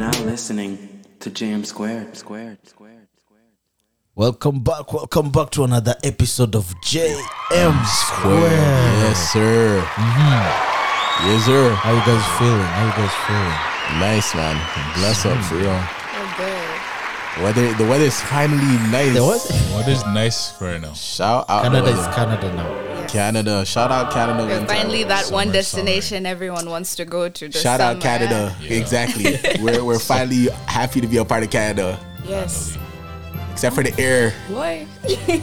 listening to Jam Squared. Squared. Squared. Welcome back. Welcome back to another episode of JM Square. Yes, sir. Mm-hmm. Yes, sir. How you guys feeling? How you guys Nice, man. Bless up for real. Oh, good. Weather, the weather is finally nice. feeling? There was What is nice right now? Shout out Canada Canada. is Canada now. Canada. Shout out Canada. There's winter. finally that one Summer, destination everyone wants to go to. The Shout out summer. Canada. Exactly. we're, we're finally happy to be a part of Canada, Yes. except for the air. Boy.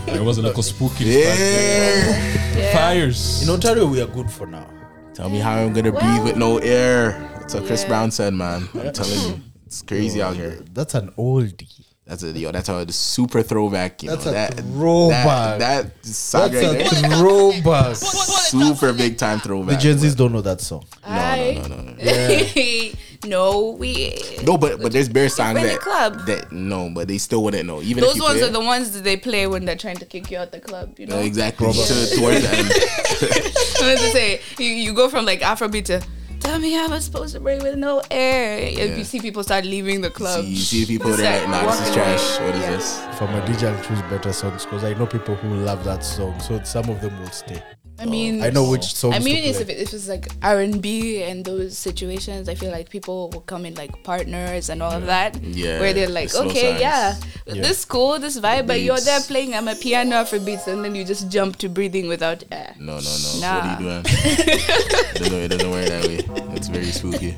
There was a little spooky Yeah. Yeah. fires. In Ontario, we are good for now. Tell me how I'm gonna breathe with no air. That's what Chris Yeah. Brown said, man. I'm telling you, it's crazy out here. That's an oldie. That's a yo. That's a super throwback. You That's know a that throwback. That, that song That's right there. a throwback. super big time The throwback. Gen Zs don't know that song. Hi. no, no, no. no, we. No, but but there's bare songs in the that club. that no, but they still wouldn't know. Even if Those you ones play are the ones that they play when they're trying to kick you out the club. You it. know. No, exactly to, towards the end. What does it say? You, you go from like Afrobeat to tell me how I'm supposed to breathe with no air. If You see people start leaving the club. See, you see the people It's there like like, nah, this is walking away. trash. What is Yeah. this? For my DJ, I'll choose better songs because I know people who love that song. So some of them will stay. I mean, I know which songs. I mean, to it's play. if, it, if it's like R and B and those situations, I feel like people will come in like partners and all of that. Yeah, Where they're like, the slow okay, songs. yeah, Yeah. this cool, this vibe, but you're beats. there playing I'm a piano for beats, and then you just jump to breathing without air. No, no, no. Nah. What are you doing? it, doesn't, it doesn't work that way. It's very spooky.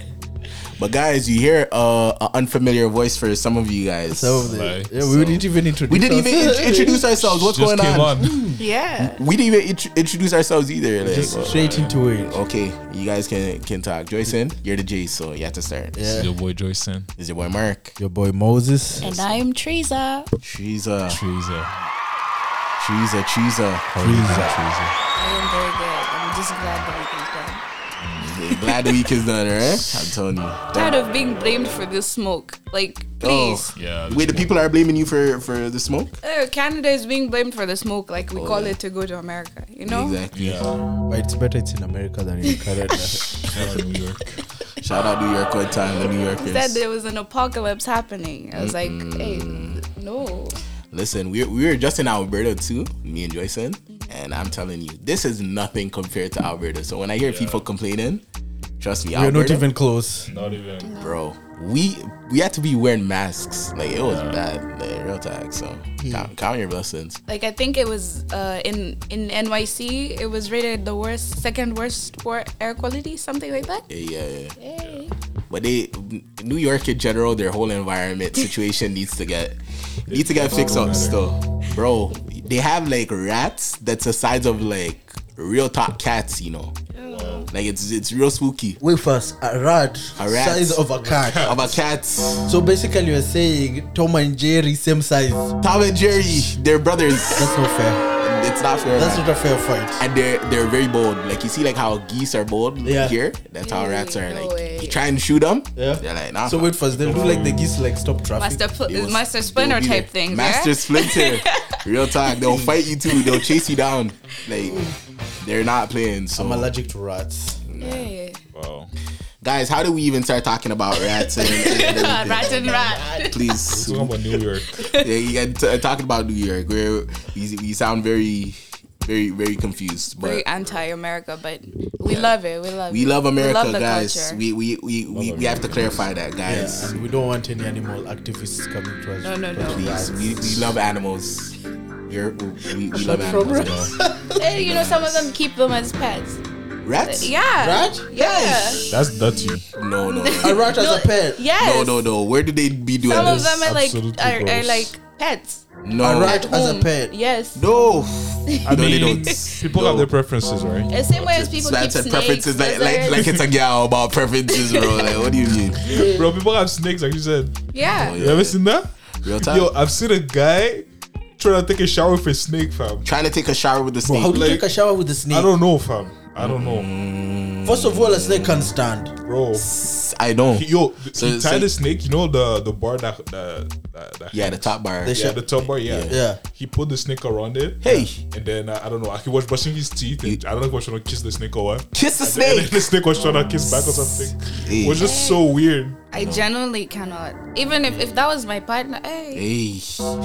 But guys, you hear uh, an unfamiliar voice for some of you guys. Some of the- Like, yeah, we didn't even introduce. we didn't even ourselves. in- introduce ourselves. What's Just going came on? on. Yeah. We didn't even int- introduce ourselves either. Like, Just well, straight into it. okay, you guys can can talk. Joyson, you're the J, so you have to start. Yeah. Your boy Joyson. This is your boy Mark. Your boy Moses. And I'm Treza. She's a Trees are. she's a she's a. Oh, Freezer. I am very good. I'm just glad that Glad the week is done, right? I'm telling you. we can. Tired of being blamed for this smoke. Like, please. Oh, Yeah. wait, the people are blaming you for for the smoke. Uh, Canada is being blamed for the smoke. Like we call Oh, yeah. it to go to America. You know. Exactly. Yeah. But it's better it's in America than in Canada. Shout out New York. Shout out New York one time, the New Yorkers. said there was an apocalypse happening. I was like, hey, no. Listen, we, we were just in Alberta too, me and Joyson, and I'm telling you, this is nothing compared to Alberta. So when I hear people complaining, trust me, We're not Alberta, even close. Not even. bro, we we had to be wearing masks. Like it was bad, like, real talk. So count, count your blessings. Like I think it was uh, in in NYC. It was rated the worst, second worst for air quality, something like that. Yeah, yeah, yeah. Hey. But they, New York in general, their whole environment situation needs to get needs to get fixed up still, bro. They have like rats that's the size of like real top cats, you know. Like it's it's real spooky. Wait first, a rat, A rat. size of a cat. About cats, so basically, you're saying Tom and Jerry same size. Tom and Jerry, they're brothers. That's not fair. It's not fair. That's man. not a fair fight. and they're they're very bold. Like you see, like how geese are bold Yeah. here. That's how rats are. no Like way. you try and shoot them, Yeah. they're like nah. So wait first, they'll do like the geese like stop traffic. Master pl- They will- Master they will Splinter be type there. things. Master yeah? Splinter. Real talk. They'll fight you too. They'll chase you down. Like they're not playing. So I'm allergic to rats. Yeah. Wow. guys, how do we even start talking about rats and, and everything? Uh, rat and rat. Please. Talking about New York. yeah, you got t- talking about New York. We're, we we sound very very very confused. But Very anti-America, but we love it. We love we it. love America, love the guys. culture. We we we, we, we have to clarify Yeah, that, guys. and we don't want any animal activists coming to us. No, no, because no. of Please, rats. we, we love animals. We're, we, we love From rats. animals. you know. Hey, you know, some of them keep them as pets. Rats? Yeah. Rat? Yeah. That's dirty. No, no, no. A rat as a pet. Yes. No, no, no. Where do they be doing Some of this? them are like absolutely are, are gross. like pets. no. A rat as a Mm, pet. Yes. No. I No, they mean, don't. people No. have their preferences, right? The same way as people Sven keep said snakes. preferences like, like, lizards. like it's a gal about preferences, bro. Like, what do you mean? Bro, people have snakes, like you said. yeah. You ever seen that? Real time. Yo, uh, I've seen a guy trying to take a shower with a snake, fam. Trying to take a shower with a snake. How do you Like- take a shower with a snake? I don't know, fam. I don't know, Mm. First of all, a snake can stand. bro. I know. He, yo, th- So he it's tied like- the snake. You know the the bar that that, that, that Yeah, the top bar. They yeah, the top bar. Yeah. Yeah. He put the snake around it. Hey. And then uh, I don't know. He was brushing his teeth, and I don't know if he was trying to kiss the snake or what. Kiss the And then snake. the snake was trying to kiss back or something. Hey. It was just so weird. I genuinely cannot. Even if, if that was my partner, hey, Hey.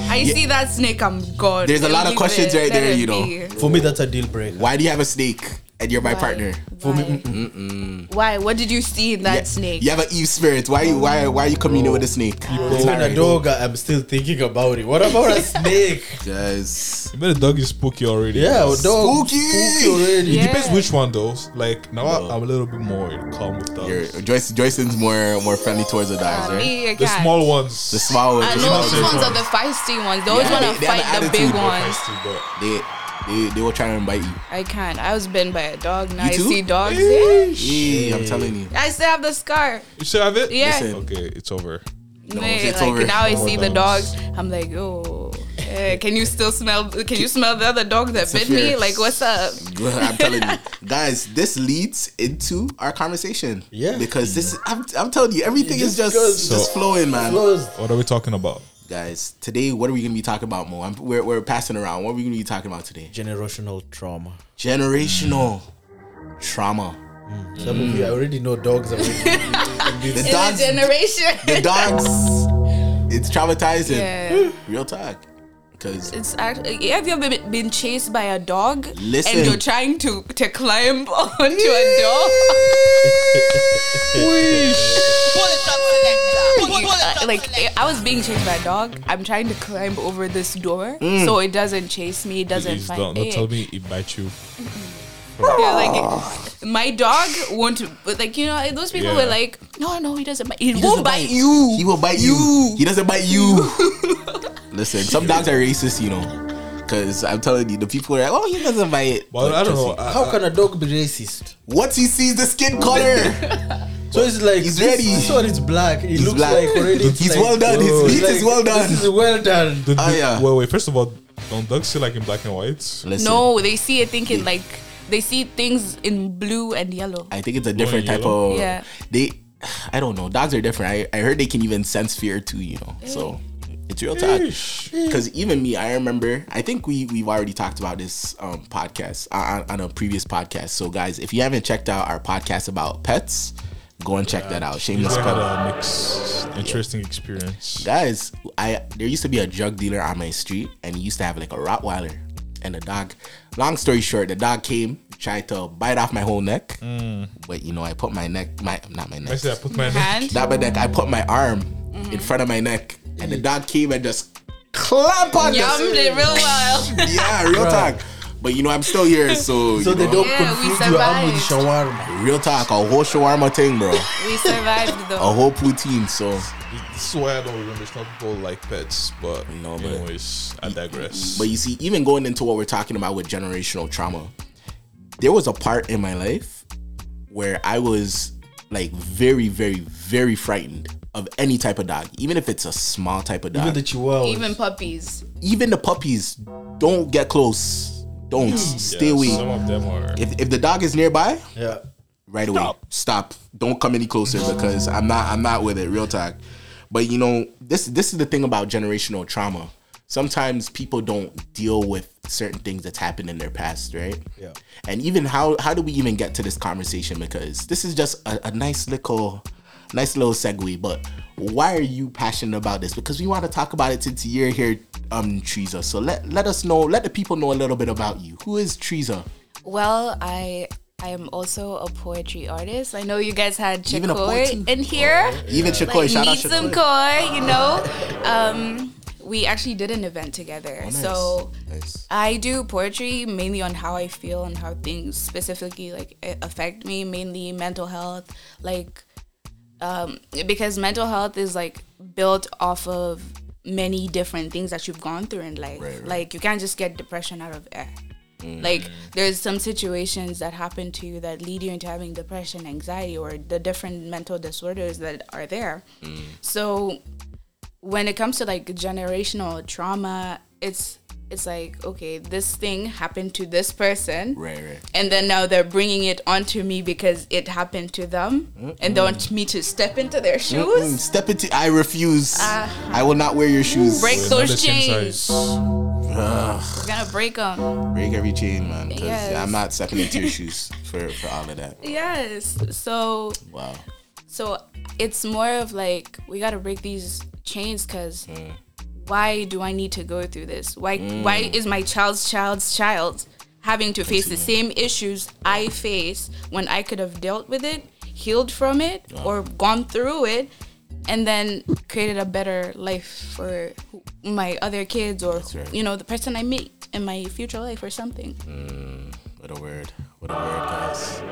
I see that snake, I'm gone. There's a lot of Leave questions it. right Let there, it you know. be. For me, that's a deal breaker. Why do you have a snake and you're my Why? partner? Why? Why? What did you see in that Yeah, snake? You have an Eve spirit. Why you why why are you communing with a snake? It's been a dog. I- I'm still thinking about it. What about a snake? Yes. You bet the dog is spooky already. Yeah, a dog. Spooky. already. It Yeah. depends which one though. Like now I- I'm a little bit more calm with dogs. You're, Joyce Joyson's more more friendly towards the dogs, Uh, right? me, I The can't. small ones. The small ones. I the know small these Sausage ones. ones one. are the feisty ones. They always Yeah, want they- to they have fight an the big attitude, bro. ones. Feisty, but- They they they will try and bite you. I can't. I was bitten by a dog. Now You I too? see dogs. Yeah, I'm telling you. I still have the scar. You still have it? Yeah. Listen. Okay, it's over. No, it's like over. now I No more see the dogs. dogs. I'm like, oh, eh, can you still smell? Can you smell the other dog that bit me? fear. Like, what's up? I'm telling you, guys, this leads into our conversation. Yeah. because this, I'm, I'm telling you, everything is just just goes- just, So- flowing, man. Closed. What are we talking about? Guys, today, what are we gonna be talking about, Mo? I'm, we're we're passing around. What are we gonna be talking about today? Generational trauma. Generational trauma. Some of you I already know dogs. Are The In a dogs, the generation. dogs. It's traumatizing. yeah. Real talk, because It's actually, have you ever been- been chased by a dog? Listen. And you're trying to, to climb onto a dog? Uh, Like, I was being chased by a dog. I'm trying to climb over this door Mm. so it doesn't chase me, it doesn't Please find don't, it. don't tell me it bites you. Yeah, like my dog won't but like you know those people were Yeah. like no no he doesn't bite He he, won't doesn't bite you He will bite you. He doesn't bite you. Listen, some dogs are racist, you know. Cause I'm telling you, the people are like, oh, he doesn't bite it. But But I don't trust know. Uh, me. I- How can a dog be racist? Once he sees the skin color, So it's like He's this, ready. This one is black. It looks black. like already. it's He's like- well done. His Whoa. meat is well done. This is well done. Did- Ah, yeah. Wait, wait. First of all, don't dogs see like in black and white? listen. no they see it thinking like they see things in blue and yellow I think it's a different and type yellow? of. Yeah. They, I don't know. Dogs are different. I, I heard they can even sense fear too. You know, so it's real talk. Eesh. Because even me, I remember. I think we we've already talked about this um, podcast uh, on, on a previous podcast. So guys, if you haven't checked out our podcast about pets, go and check that out. I Shameless had plug. a mix, interesting experience. guys, I there used to be a drug dealer on my street, and he used to have like a Rottweiler and a dog. Long story short, the dog came, tried to bite off my whole neck, Mm. but you know, I put my neck, my not my I neck, said I put my and not my neck, I put my arm in front of my neck, and Mm. the dog came and just clap on yummed this. it real wild Yeah, real talk. But you know, I'm still here, so So you the know, dog Yeah, we confused your arm with shawarma. real talk, a whole shawarma thing, bro, we survived a though whole poutine. So. This is why I don't remember. It's not people like pets, but No, but- anyways, I digress. But you see, even going into what we're talking about with generational trauma, there was a part in my life where I was like very, very, very frightened of any type of dog, even if it's a small type of dog. Even the chihuahua. Oh. even puppies Even the puppies don't get close. Don't Hmm. Yeah, stay Some away. of them are. If, if the dog is nearby, yeah. right away. Stop. Don't come any closer because I'm not I'm not with it. Real talk. But you know, this this is the thing about generational trauma. Sometimes people don't deal with certain things that's happened in their past, right? Yeah. And even how how do we even get to this conversation? Because this is just a, a nice little nice little segue. But why are you passionate about this? Because we want to talk about it since you're here, um, Teresa. So let let us know, let the people know a little bit about you. Who is Teresa? well i i am also a poetry artist i know you guys had Even a poetry? Chakoi in here Even Shakoy, like shout out meet some Shakoy. koi, you know. Um, we actually did an event together. nice. So Oh, Nice. I do poetry mainly on how I feel and how things specifically like a- affect me, mainly mental health, like um, because mental health is like built off of many different things that you've gone through in life. Right, right. Like you can't just get depression out of air. Mm. Like there's some situations that happen to you that lead you into having depression, anxiety, or the different mental disorders that are there. Mm. So when it comes to like generational trauma, it's it's like okay, this thing happened to this person, Right, right. and then now they're bringing it onto me because it happened to them, and they want me to step into their Mm, shoes, Step into. I refuse. Ah. I will not wear your shoes. break We're not the those same chains. size. We're gonna break them. Break every chain, man. 'cause Yes. I'm not stepping into your shoes for, for all of that. Yes. So Wow. so it's more of like we got to break these chains cuz why do I need to go through this? Why why is my child's child's child having to face the same issues I face when I could have dealt with it, healed from it or gone through it? And then created a better life for who- my other kids, or right. you know, the person I meet in my future life, or something. What a word. What a word, guys.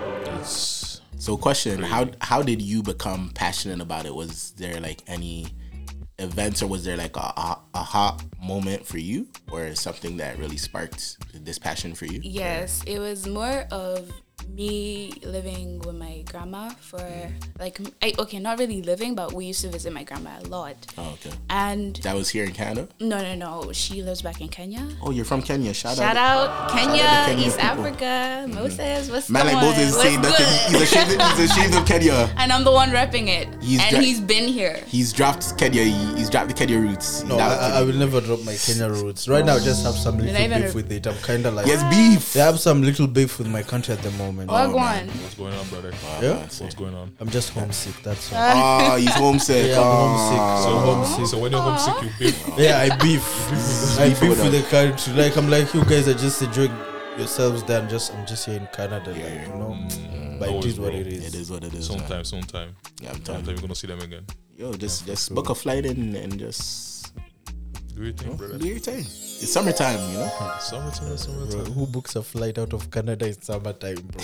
It's- So, question: How how did you become passionate about it? Was there like any events, or was there like a, a aha moment for you, or something that really sparked this passion for you? Yes, it was more of me living with my grandma for Mm-hmm. like I, okay, not really living, but we used to visit my grandma a lot. Oh, okay. And That was here in Canada. no, no, no, she lives back in Kenya. Oh, you're from Kenya. Shout, Shout out Kenya, out to Kenyan East people. Mm-hmm. Africa, Moses. What's Man, like going? Moses is What's saying nothing. He's good? ashamed. He's ashamed of Kenya. and I'm the one repping it, He's and dra- he's been here. He's dropped Kenya. He- He's dropped the Kenya roots. He's No, not I, I will never drop my Kenya roots. Right now, I just have some not little even- beef with it. I'm kind of like, Yes, beef. I have some little beef with my country at the moment. oh, Wagwan. What's going on, brother? Yeah? What's going on? I'm just homesick. That's all. Ah, he's homesick. Ah. Yeah, I'm homesick. So So homesick. homesick. So when you're homesick, you big. Yeah, I beef. I Beef beef with with the country. Like I'm like, you guys are just enjoying yourselves. There, I'm just, I'm just here in Canada. Like, you know, but it always, is what bro. it It is. is what it is. man. Sometime, sometime. Yeah, I'm telling Sometime you. you're gonna see them again. Yo, just just book a flight and and just Do your thing, brother. do your thing. It's summertime, you know. Summertime, Bro, summertime. who books a flight out of Canada in summertime, bro?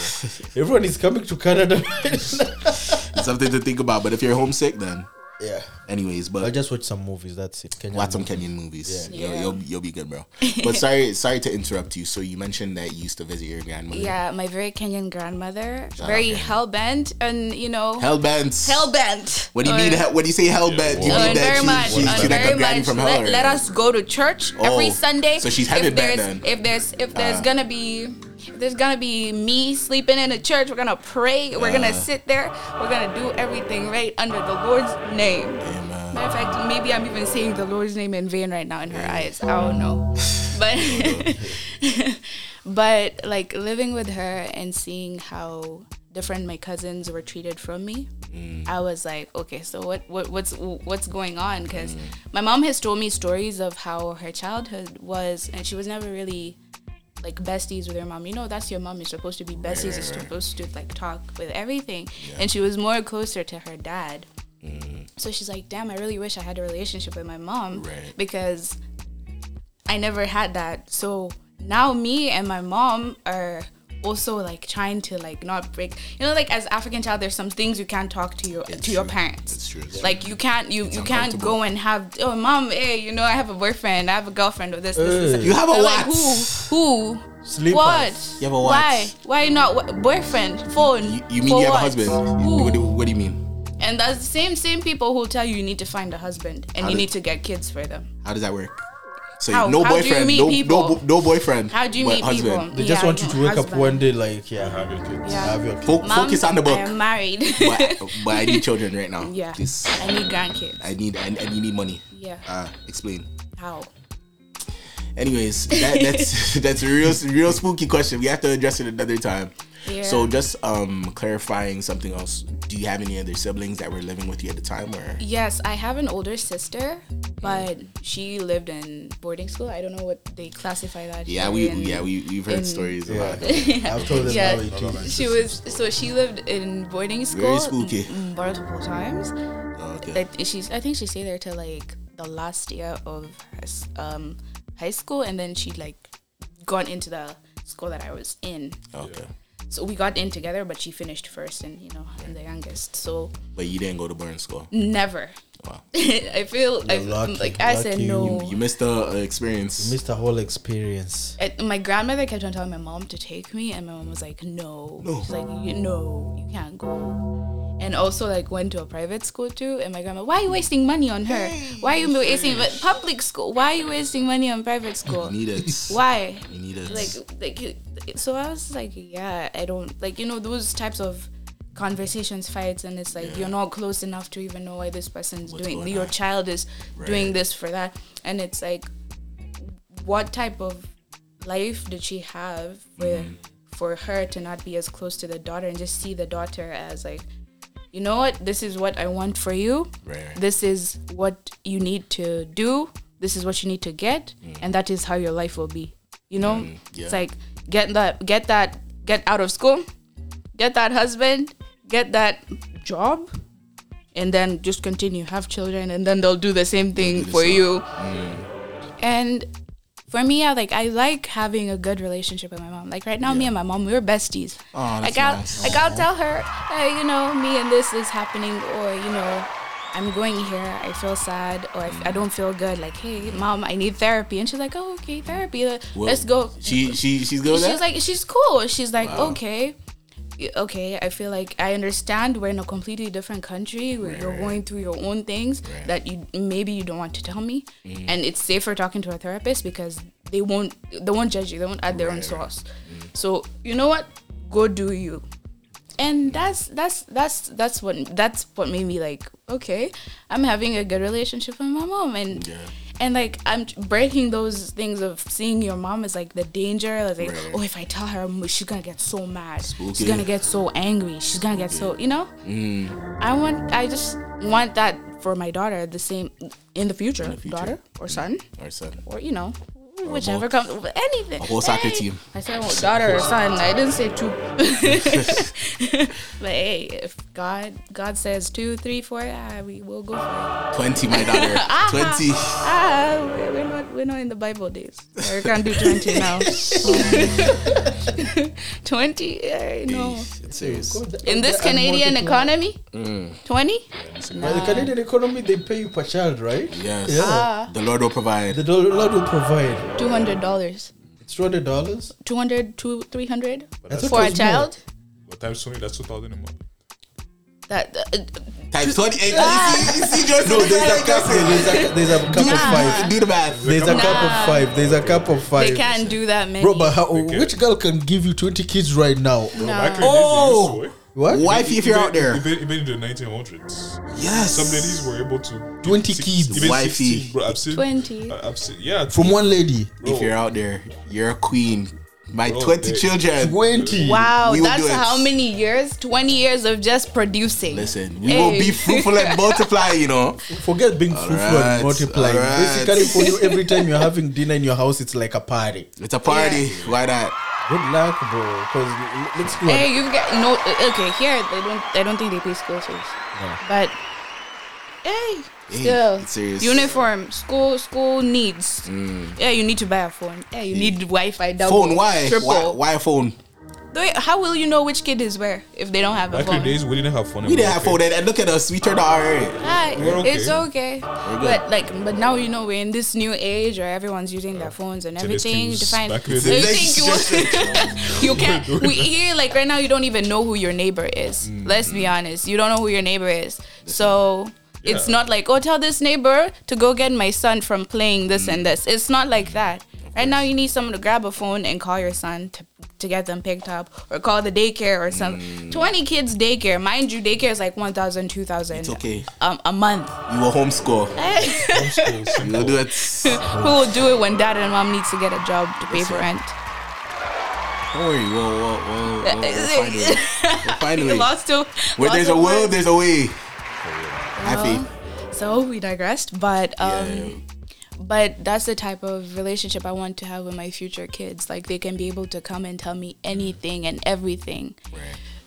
Everyone is coming to Canada. It's something to think about. But if you're homesick, then yeah, anyways, I but just watch some movies. That's it. Kenya watch some movies. Kenyan movies. Yeah. Yo, Yeah. You'll, you'll be good, bro. But sorry, sorry to interrupt you. So you mentioned that you used to visit your grandmother. Yeah, my very Kenyan grandmother, out very Kenya. hell bent, and you know, Hell bent. hell bent. What do you mean? Hell, when you say hell bent, you Yeah, Oh, mean and that very she, much. she, and she like very a granny much. from hell? let, or- let us go to church every Oh, Sunday. so she's headed if back there's, then. Ah. If there's if there's gonna be if there's gonna be me sleeping in a church, we're gonna pray. We're Ah. gonna sit there. We're gonna do everything right under the Lord's name. Amen. Matter of fact, maybe I'm even saying the Lord's name in vain right now in her eyes. I don't know, but but like living with her and seeing how different my cousins were treated from me, I was like, okay, so what, what what's what's going on? Because my mom has told me stories of how her childhood was, and she was never really like besties with her mom. You know, that's your mom. You're supposed to be besties. You're supposed to like talk with everything. And she was more closer to her dad. So she's like, damn, I really wish I had a relationship with my mom Right. because I never had that. So now me and my mom are also like trying to like not break you know like as african child there's some things you can't talk to your to your true. parents It's true. It's like you can't you you can't go and have oh mom hey you know i have a boyfriend i have a girlfriend or this this, this, this. You have a I'm like, what? who who Sleepers. what? You have a what? Why? Why not? Wha- boyfriend, phone. You, you mean for you have a what? husband? Who? What do, what do you mean? and that's the same same people who tell you you need to find a husband and How you did- need to get kids for them. How does that work? So How- no how do you boyfriend, meet no, people? no bo- no boyfriend. How do you but meet husband. people? They just Yeah, want you no to wake up husband. one day like, yeah, Have your kids. Yeah. have your kid. Fo- Mom, focus on the book. I am married. but, but I need children right now. yeah. Please. I need grandkids. I need and, and you need money. Yeah. Uh, explain. How? Anyways, that, that's that's a real real spooky question. We have to address it another time. Yeah. So just um clarifying something else. Do you have any other siblings that were living with you at the time or Yes, I have an older sister, but she lived in boarding school. I don't know what they classify that. Yeah, here we in- yeah, we we've heard stories about that. Yeah. I've told them Yeah. how it is. She was so she lived in boarding school spooky. m- multiple times. Oh, okay. Like she's, I think she stayed there till like the last year of her s- um, high school, and then she like gone into the school that I was in. okay. So we got in together, but she finished first, and you know I'm the youngest, so But you didn't go to boarding school. never. Wow. I feel I, lucky, like I said lucky. no. You missed the uh, experience. Missed the whole experience. I- my grandmother kept on telling my mom to take me, and my mom was like, "No, She's like you, no, you can't go." And also, like, went to a private school too. And my grandma, why are you wasting money on her? Why are you wasting but public school? Why are you wasting money on private school? You need it. Why? You need it. Like, like, you- so I was like, yeah, I don't like you know those types of conversations, fights, and it's like you're not close enough to even know why this person's doing. going Your on? child is doing this for that, and it's like what type of life did she have where Mm-hmm. for her to not be as close to the daughter and just see the daughter as like you know what this is what i want for you Right, right. this is what you need to do this is what you need to get and that is how your life will be you know yeah. it's like get that get that get out of school get that husband get that job and then just continue have children and then they'll do the same Mm. thing for you and for me, I like I like having a good relationship with my mom. Like right now, me and my mom, we're besties. Aw, that's like I'll nice. like I'll tell her, hey, you know, me and this is happening, or you know, I'm going here. I feel sad, or I, f- Mm. I don't feel good. Like, hey, mom, I need therapy, and she's like, oh, okay, therapy. Let's Well, go. She she she's good. With she's that? like, she's cool. She's like, okay. Y- Okay, I feel like I understand we're in a completely different country where you're going through your own things that you maybe you don't want to tell me, Mm. and it's safer talking to a therapist because they won't they won't judge you. They won't add their own sauce. Mm. So you know what? Go do you. And that's that's that's that's what that's what made me like okay, I'm having a good relationship with my mom and Yeah. and like I'm breaking those things of seeing your mom is like the danger like Right. oh if I tell her she's gonna get so mad Spooky. she's gonna get so angry she's gonna get so you know Mm-hmm. I want I just want that for my daughter the same in the future, future. Mm-hmm. daughter or son Or son. or you know whichever comes anything whole soccer team. I said well, daughter or son I didn't say two but hey if God God says two three four ah, we will go for it Twenty, my daughter. Twenty. ah we're we're not we're not in the Bible days we can't do twenty now twenty eh, no Serious. Mm. in this Canadian economy twenty But the Canadian economy, they pay you per child, right? Yes. Yeah. Ah. The Lord will provide. The do- Lord will provide. two hundred dollars. It's two hundred dollars. 200 to 300 I thought it for a was more. child What time's twenty? That's two thousand a month. that uh, Times twenty-eight. You see, you see, Joyce. No, there's a cap. Joyce. There's a, there's a cap of five. Do the math. There's a cap of five. There's a cap of five. they can't do that many Bro, but how, Okay. which girl can give you 20 kids right now? Back in the Oh! days, they used to, eh? What? Wifey, if you're out there, even, even in the nineteen hundreds, yes. some ladies were able to 20 kids. even Wifey. 16, bro, I've seen, 20. I- I've seen, yeah, From one lady. bro, If you're out there, you're a queen. My Bro, twenty they- children. 20. Oh, wow We will that's do it. how many years 20 years of just producing Listen, we Hey. will be fruitful and multiply. You know. Forget being fruitful right, and multiplying. all right. Basically, for you, every time you're having dinner in your house, it's like a party. It's a party. Why not? Good luck, bro. Because let's go. hey you get no uh, okay here they don't i don't think they pay school fees but hey still it's serious. Mm. uniform school school needs yeah you need to buy a phone yeah you need wi-fi double Phone? Why? triple Why? Why phone? Wait, how will you know which kid is where if they don't have a back phone in the days we didn't have fun. We didn't have phone, and and look at us. We turned out alright. Hi, We're okay. it's okay. good. But like, but now you know we're in this new age where everyone's using their phones and today's everything to things find. back in So you the days. think you, you can't? doing We here like right now you don't even know who your neighbor is. Let's be honest, you don't know who your neighbor is. So. It's Yeah. not like oh tell this neighbor to go get my son from playing this and this. It's not like that. Right now you need someone to grab a phone and call your son to, to get them picked up or call the daycare or something. 20 kids daycare. Mind you daycare is like 1000 2000 It's okay. um, a month. You will homeschool. You will do it. Who will do it when dad and mom needs to get a job to pay for rent? Don't worry, we'll, we'll, we'll, we'll, we'll find a way. We'll find a way. Lost to Where lost there's to a will, words. there's a way. um, Happy. So we digressed, but um, Yeah. but that's the type of relationship I want to have with my future kids. Like they can be able to come and tell me anything and everything.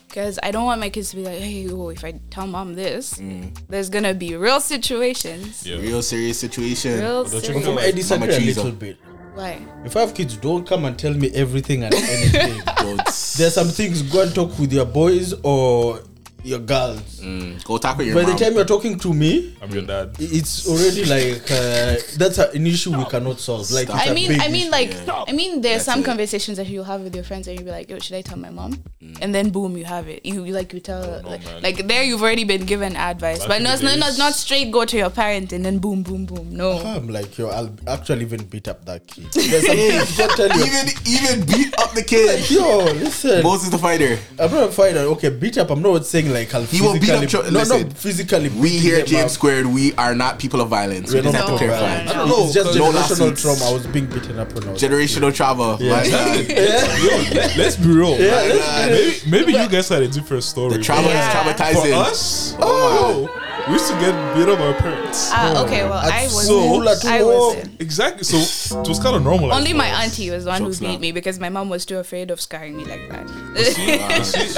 Because I don't want my kids to be like, hey, oh, if I tell mom this, Mm. there's gonna be real situations. Yeah. Real serious situation. Real Don't you situations. know I disagree a Trezo. little bit. Why? If I have kids, don't come and tell me everything and anything. But There's some things go and talk with your boys or your girls. Go talk with your By mom. the time you're talking to me, I'm your dad. it's already like uh, that's a- an issue we cannot solve. Like Stop. it's I a mean, big I mean, issue. like, Stop. I mean, there's some it. conversations that you'll have with your friends, and you'll be like, "Yo, should I tell my mom?" And then boom, you have it. You, you like you tell no, like, man. like, there you've already been given advice, Back but in no, the it's not, not days- not straight go to your parent and then boom, boom, boom. No, I'm like yo, I'll actually even beat up that kid. There's something you can't tell your even even beat up the kid. like, yo, listen. Moses the fighter. I'm not a fighter. Okay, beat up. I'm not saying like I'll He will beat up physically- cho- no, listen. no, physically. We beating here, them James up. Squared. We are not people of violence. We're we just not have to talking about clarify. violence. I don't know, It's just No generational lawsuits. trauma. I was being beaten up when I was. Generational trauma. My God. yeah, Let, let's be real. yeah, let's be real. Maybe, maybe you guys had a different story. The trauma Yeah. is For traumatizing. us, oh, we used to get beat up by our parents. Ah, okay, well, At I was school, at not I work. wasn't. Exactly. So it was kind of normal. Only my auntie was the one who Jokes beat now. me because my mom was too afraid of scarring me like that.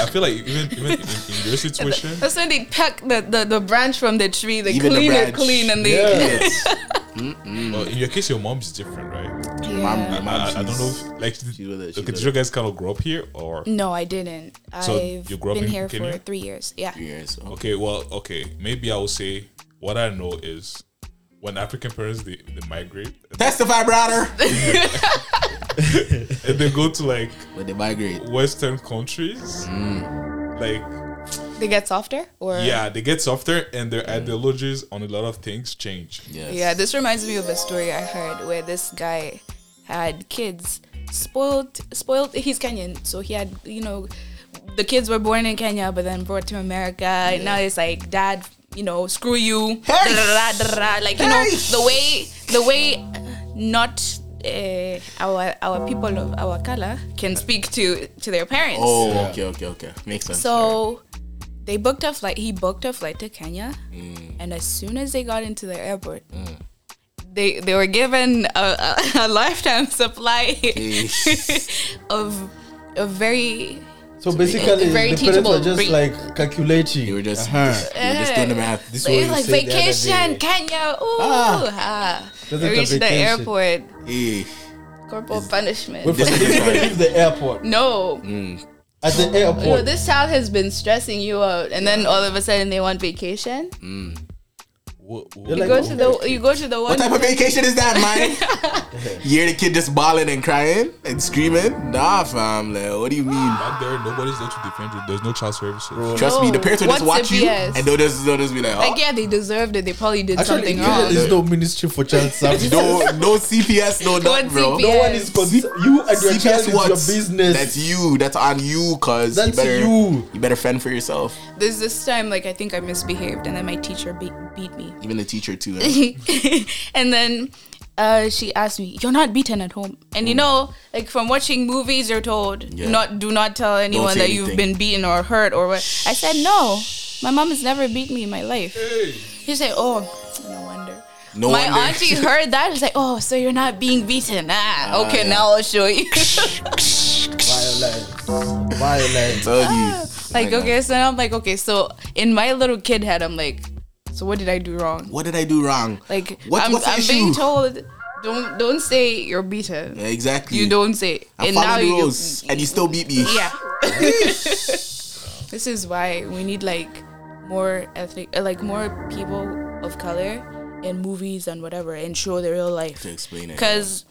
I feel like even even in, in your situation, That's when they pack the, the, the branch from the tree, they Even the clean it branch. clean, and they yeah. Yes. well, in your case, your mom's different, right? Your mom, Yeah. your mom, I, I don't she's- know. If, like, did, she will let- she okay, will did you guys kind of grow up here or? No, I didn't. So I've you grew up been in here for Kenya? three years. Yeah. Years. Okay. Okay, well, okay. Maybe I will say what I know is when African parents they, they migrate Testify, brother. and they go to like but they migrate. Western countries, like They get softer or yeah, they get softer and their ideologies on a lot of things change. Yes. Yeah, this reminds me of a story I heard where this guy had kids spoiled spoiled he's Kenyan, so he had you know the kids were born in Kenya but then brought to America and now it's like dad, you know, screw you. da, da, da, da, da, da, Like you know the way the way not uh, our our people of our color can speak to to their parents. Oh, okay, okay, okay. Makes sense. So they booked a flight. He booked a flight to Kenya, Mm. and as soon as they got into the airport, they they were given a, a, a lifetime supply of a very So basically, Very the parents were teachable. just Very- like calculating. you were just, Uh-huh. you were just doing the math. This so what you it's like said the other vacation day. Kenya. Ooh, ah. That's They not a reached the vacation. airport. Eh, Corporal punishment. Wait, for- they This is didn't even like- leave the airport. no, Mm. At the airport, no, this child has been stressing you out, and then all of a sudden they want vacation. What, They're You Mm. like, go oh, to the you go to the What one type of vacation is that, man? you hear the kid just bawling and crying and screaming? Nah, fam. Like, what do you mean? Back there, nobody's there to defend you. There's no child services. Trust me, the No. parents will just What's watch the you BS? and they'll just, they'll just be like, oh, Like yeah, they deserved it. They probably did actually, something in Kenya, wrong. there's no ministry for child services. no, no CPS, no No nothing, bro. CPS. No one is concerned. You and your child is your business. That's you. That's on you, cause you That's better you. you better fend for yourself. There's this time like I think I misbehaved, and then my teacher beat beat me. Even the teacher too. eh? and then uh, she asked me, "You're not beaten at home." And you know, like from watching movies, you're told Hmm. Yeah. not do not tell anyone say that you've anything. been beaten or hurt or what. I said no. My mom has never beat me in my life. She said, "Oh, no wonder." No my wonder. auntie heard that. She's like, "Oh, so you're not being beaten? Ah, okay, now I'll show you." Violence. Violence. Tell you. like, God. okay, so I'm like, okay, so in my little kid head, I'm like, so what did I do wrong? What did I do wrong? Like, What- I'm, what's the I'm being issue? told, don't don't say you're beaten. exactly. You don't say, I and follow now the you, rules, and you still beat me. yeah. this is why we need like more ethnic, uh, like more people of color in movies and whatever, and show the real life. To explain it. Because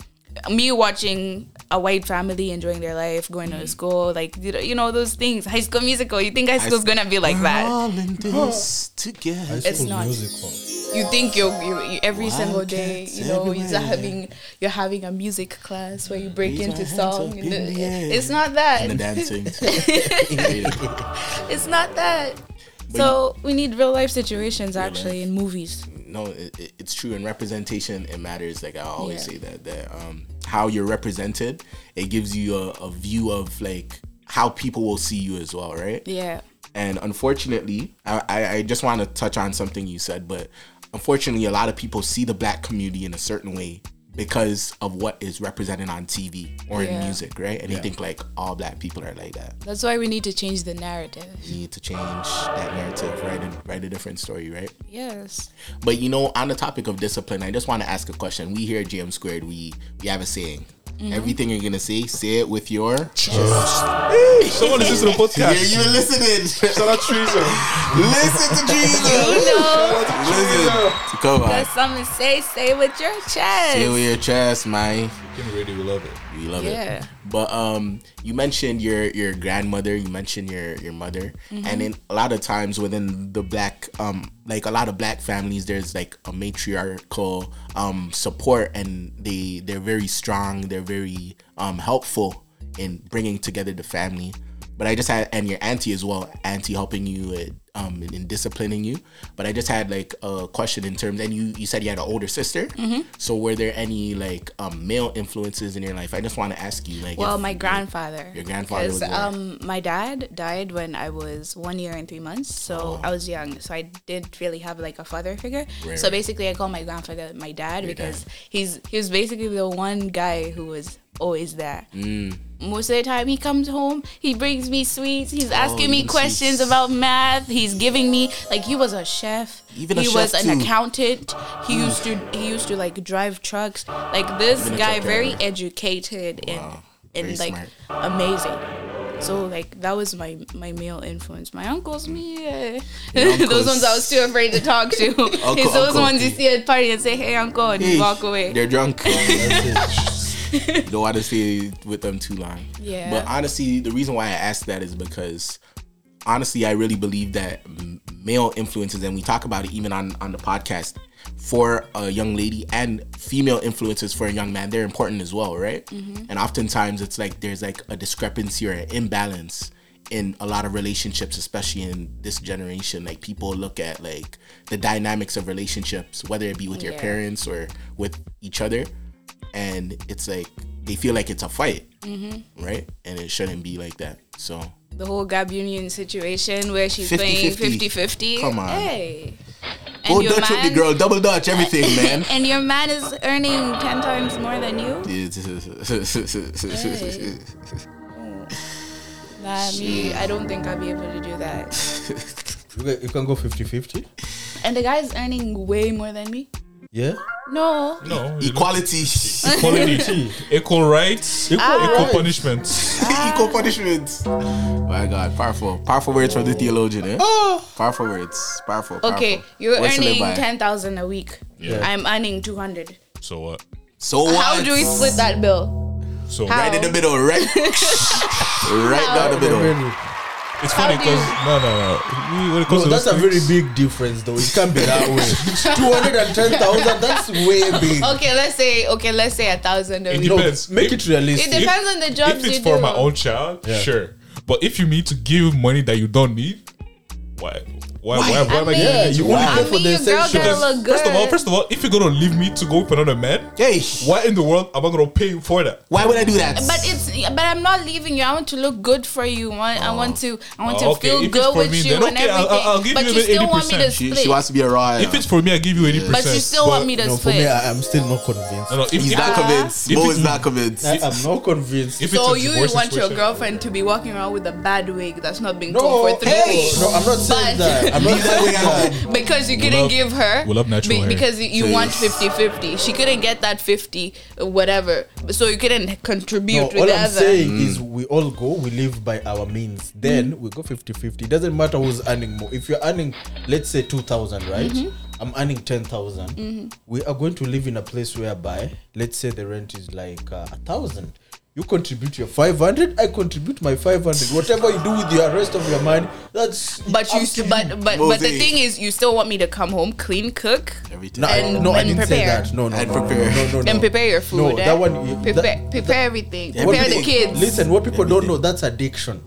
me watching a white family enjoying their life, going Mm-hmm. to school, like you know, you know those things. High School Musical. You think high school's gonna be like We're that? all in this together. It's not. musical. You think you're, you you every single day, Wildcats you know, you're everywhere. having you're having a music class where you break Raise our into hands song. up and in the air. it's not that. And the dancing. It's not that. so we need real life situations actually in movies. no, it, it- it's true. And representation it matters. Like I always Yeah. say that that um, how you're represented, it gives you a, a view of like how people will see you as well, right? Yeah. And unfortunately, I, I- I just want to touch on something you said, but unfortunately, a lot of people see the black community in a certain way because of what is represented on TV or in Yeah. music, right? And they think like all black people are like that. That's why we need to change the narrative. You need to change that narrative, write a, write a different story, right? Yes. But you know, on the topic of discipline, I just want to ask a question. We here at GM Squared, we we have a saying. Everything you're gonna say, say it with your. Someone listens to the Yeah, podcast. you listening? Shout out Teresa. Listen to Jesus. You know, Listen. Come on. that's something to say. Say with your chest. Say with your chest, man. Getting ready, we love it. We love Yeah. it. But um, you mentioned your your grandmother. You mentioned your your mother, and in a lot of times within the black um, like a lot of black families, there's like a matriarchal um support, and they they're very strong. They're very um helpful in bringing together the family. But I just had and your auntie as well, auntie helping you with, um in, in disciplining you. But I just had like a question in terms, and you you said you had an older sister. Mm-hmm. So were there any like um male influences in your life? I just want to ask you like Well, if- my grandfather. Your grandfather was Because there. um, my dad died when I was one year and three months, so I was young, so I didn't really have like a father figure. Oh. Right, so right. basically, I call my grandfather my dad because dad. he's he was basically the one guy who was always there. Mm. Most of the time, he comes home, he brings me sweets, he's asking me Oh, even questions sweets. about math, he's giving me like he was a chef, Even a he chef was an too. Mm. accountant, he used to he used to like drive trucks. Like this Even a guy, truck very driver. educated and Wow. and Very like amazing. So like that was my my male influence. My uncles, me, eh. Your uncles. those ones I was too afraid to talk to. it's those uncle. ones you see at party and say, "Hey, uncle," and Hey, you walk away. They're drunk. That's it. Don't want to stay with them too long. Yeah. But honestly, the reason why I asked that is because honestly, I really believe that m- male influences, and we talk about it even on, on the podcast, for a young lady and female influences for a young man, they're important as well, right? Mm-hmm. And oftentimes it's like there's like a discrepancy or an imbalance in a lot of relationships, especially in this generation. Like people look at like the dynamics of relationships, whether it be with your Yeah. parents or with each other, and it's like they feel like it's a fight, Mm-hmm. right? And it shouldn't be like that. So The whole Gab Union situation where she's 50-50. playing 50-50. Come on. Hey. Go And your Dutch with me, man- girl. Double Dutch, everything, man. And your man is earning ten times more than you. Nah, me, I don't think I'd be able to do that. You can- You can go 50 50. And the guy's earning way more than me. Yeah. No, No. you E- Equality. know, Equality. Equal rights. Equal, rights. punishment. Equal punishment. My God, powerful. Powerful words from the theologian, eh? Powerful words. Powerful. powerful. Oh. Okay, you're Words to live earning by. ten thousand a week. Yeah. I'm earning two hundred. So what? So what? How do we split that bill? So How? Right in the middle, right? right down the middle. Really. it's funny How do you- because no, no, no. We- When it comes No, to that's a those very things- big difference, though. It can't be that way. Two hundred and ten thousand. That's way big. Okay, let's say okay, let's say a thousand a It week. No, depends. make it It realistic. depends on the jobs if it's you for do. my own child, Yeah. sure. But if you mean to give money that you don't need, why? Why? Why? Why, I am I mean- giving Yeah, it to you you? only I go for mean, the your girl essential. gotta Because look good. first of all, first of all, if you're gonna leave me to go with another man, Hey, why in the world am I gonna pay you for that? why would I do that? but it's yeah, but I'm not leaving you. I want to look good for you. I want, I want to I want Oh, to okay, feel if it's good for with me, you then and okay, I'll- everything. I'll- I'll give but you you, the still want me to 80%. she, split. she wants to be a raw. If it's for me, I give you eighty but percent. you still want me to No, for split. me, I, I'm still not convinced. No, no. If, He's if, not convinced. if Mo it's- is not convinced. I, am not convinced. if it's so a you divorce want your situation- girlfriend to be walking around with a bad wig that's not been No, combed for three hey, weeks no, I'm not saying But- that. I'm not Leave that saying thing that. because you couldn't love- give her we love natural hair. because you So, want yes. 50-50 she couldn't get that 50 uh, whatever so you couldn't contribute No, with all the I'm other saying Mm. is we all go, we live by our means. Then we go 50 50. It doesn't matter who's earning more. If you're earning, let's say 2,000, right? I'm earning 10,000. We are going to live in a place whereby, let's say the rent is like uh, 1,000. You contribute your 500, I contribute my 500. Whatever you do with your rest of your money, that's. but you up to st- but but, but the Mosaic. thing is you still want me to come home clean cook Everything. No, I, and- no, I and didn't say prepare. that. No, no, And no, no, prepare. no, no, no. and prepare your No, food eh? that one. You, prepare that- prepare everything what prepare the people- kids Listen, what people don't know, that's addiction.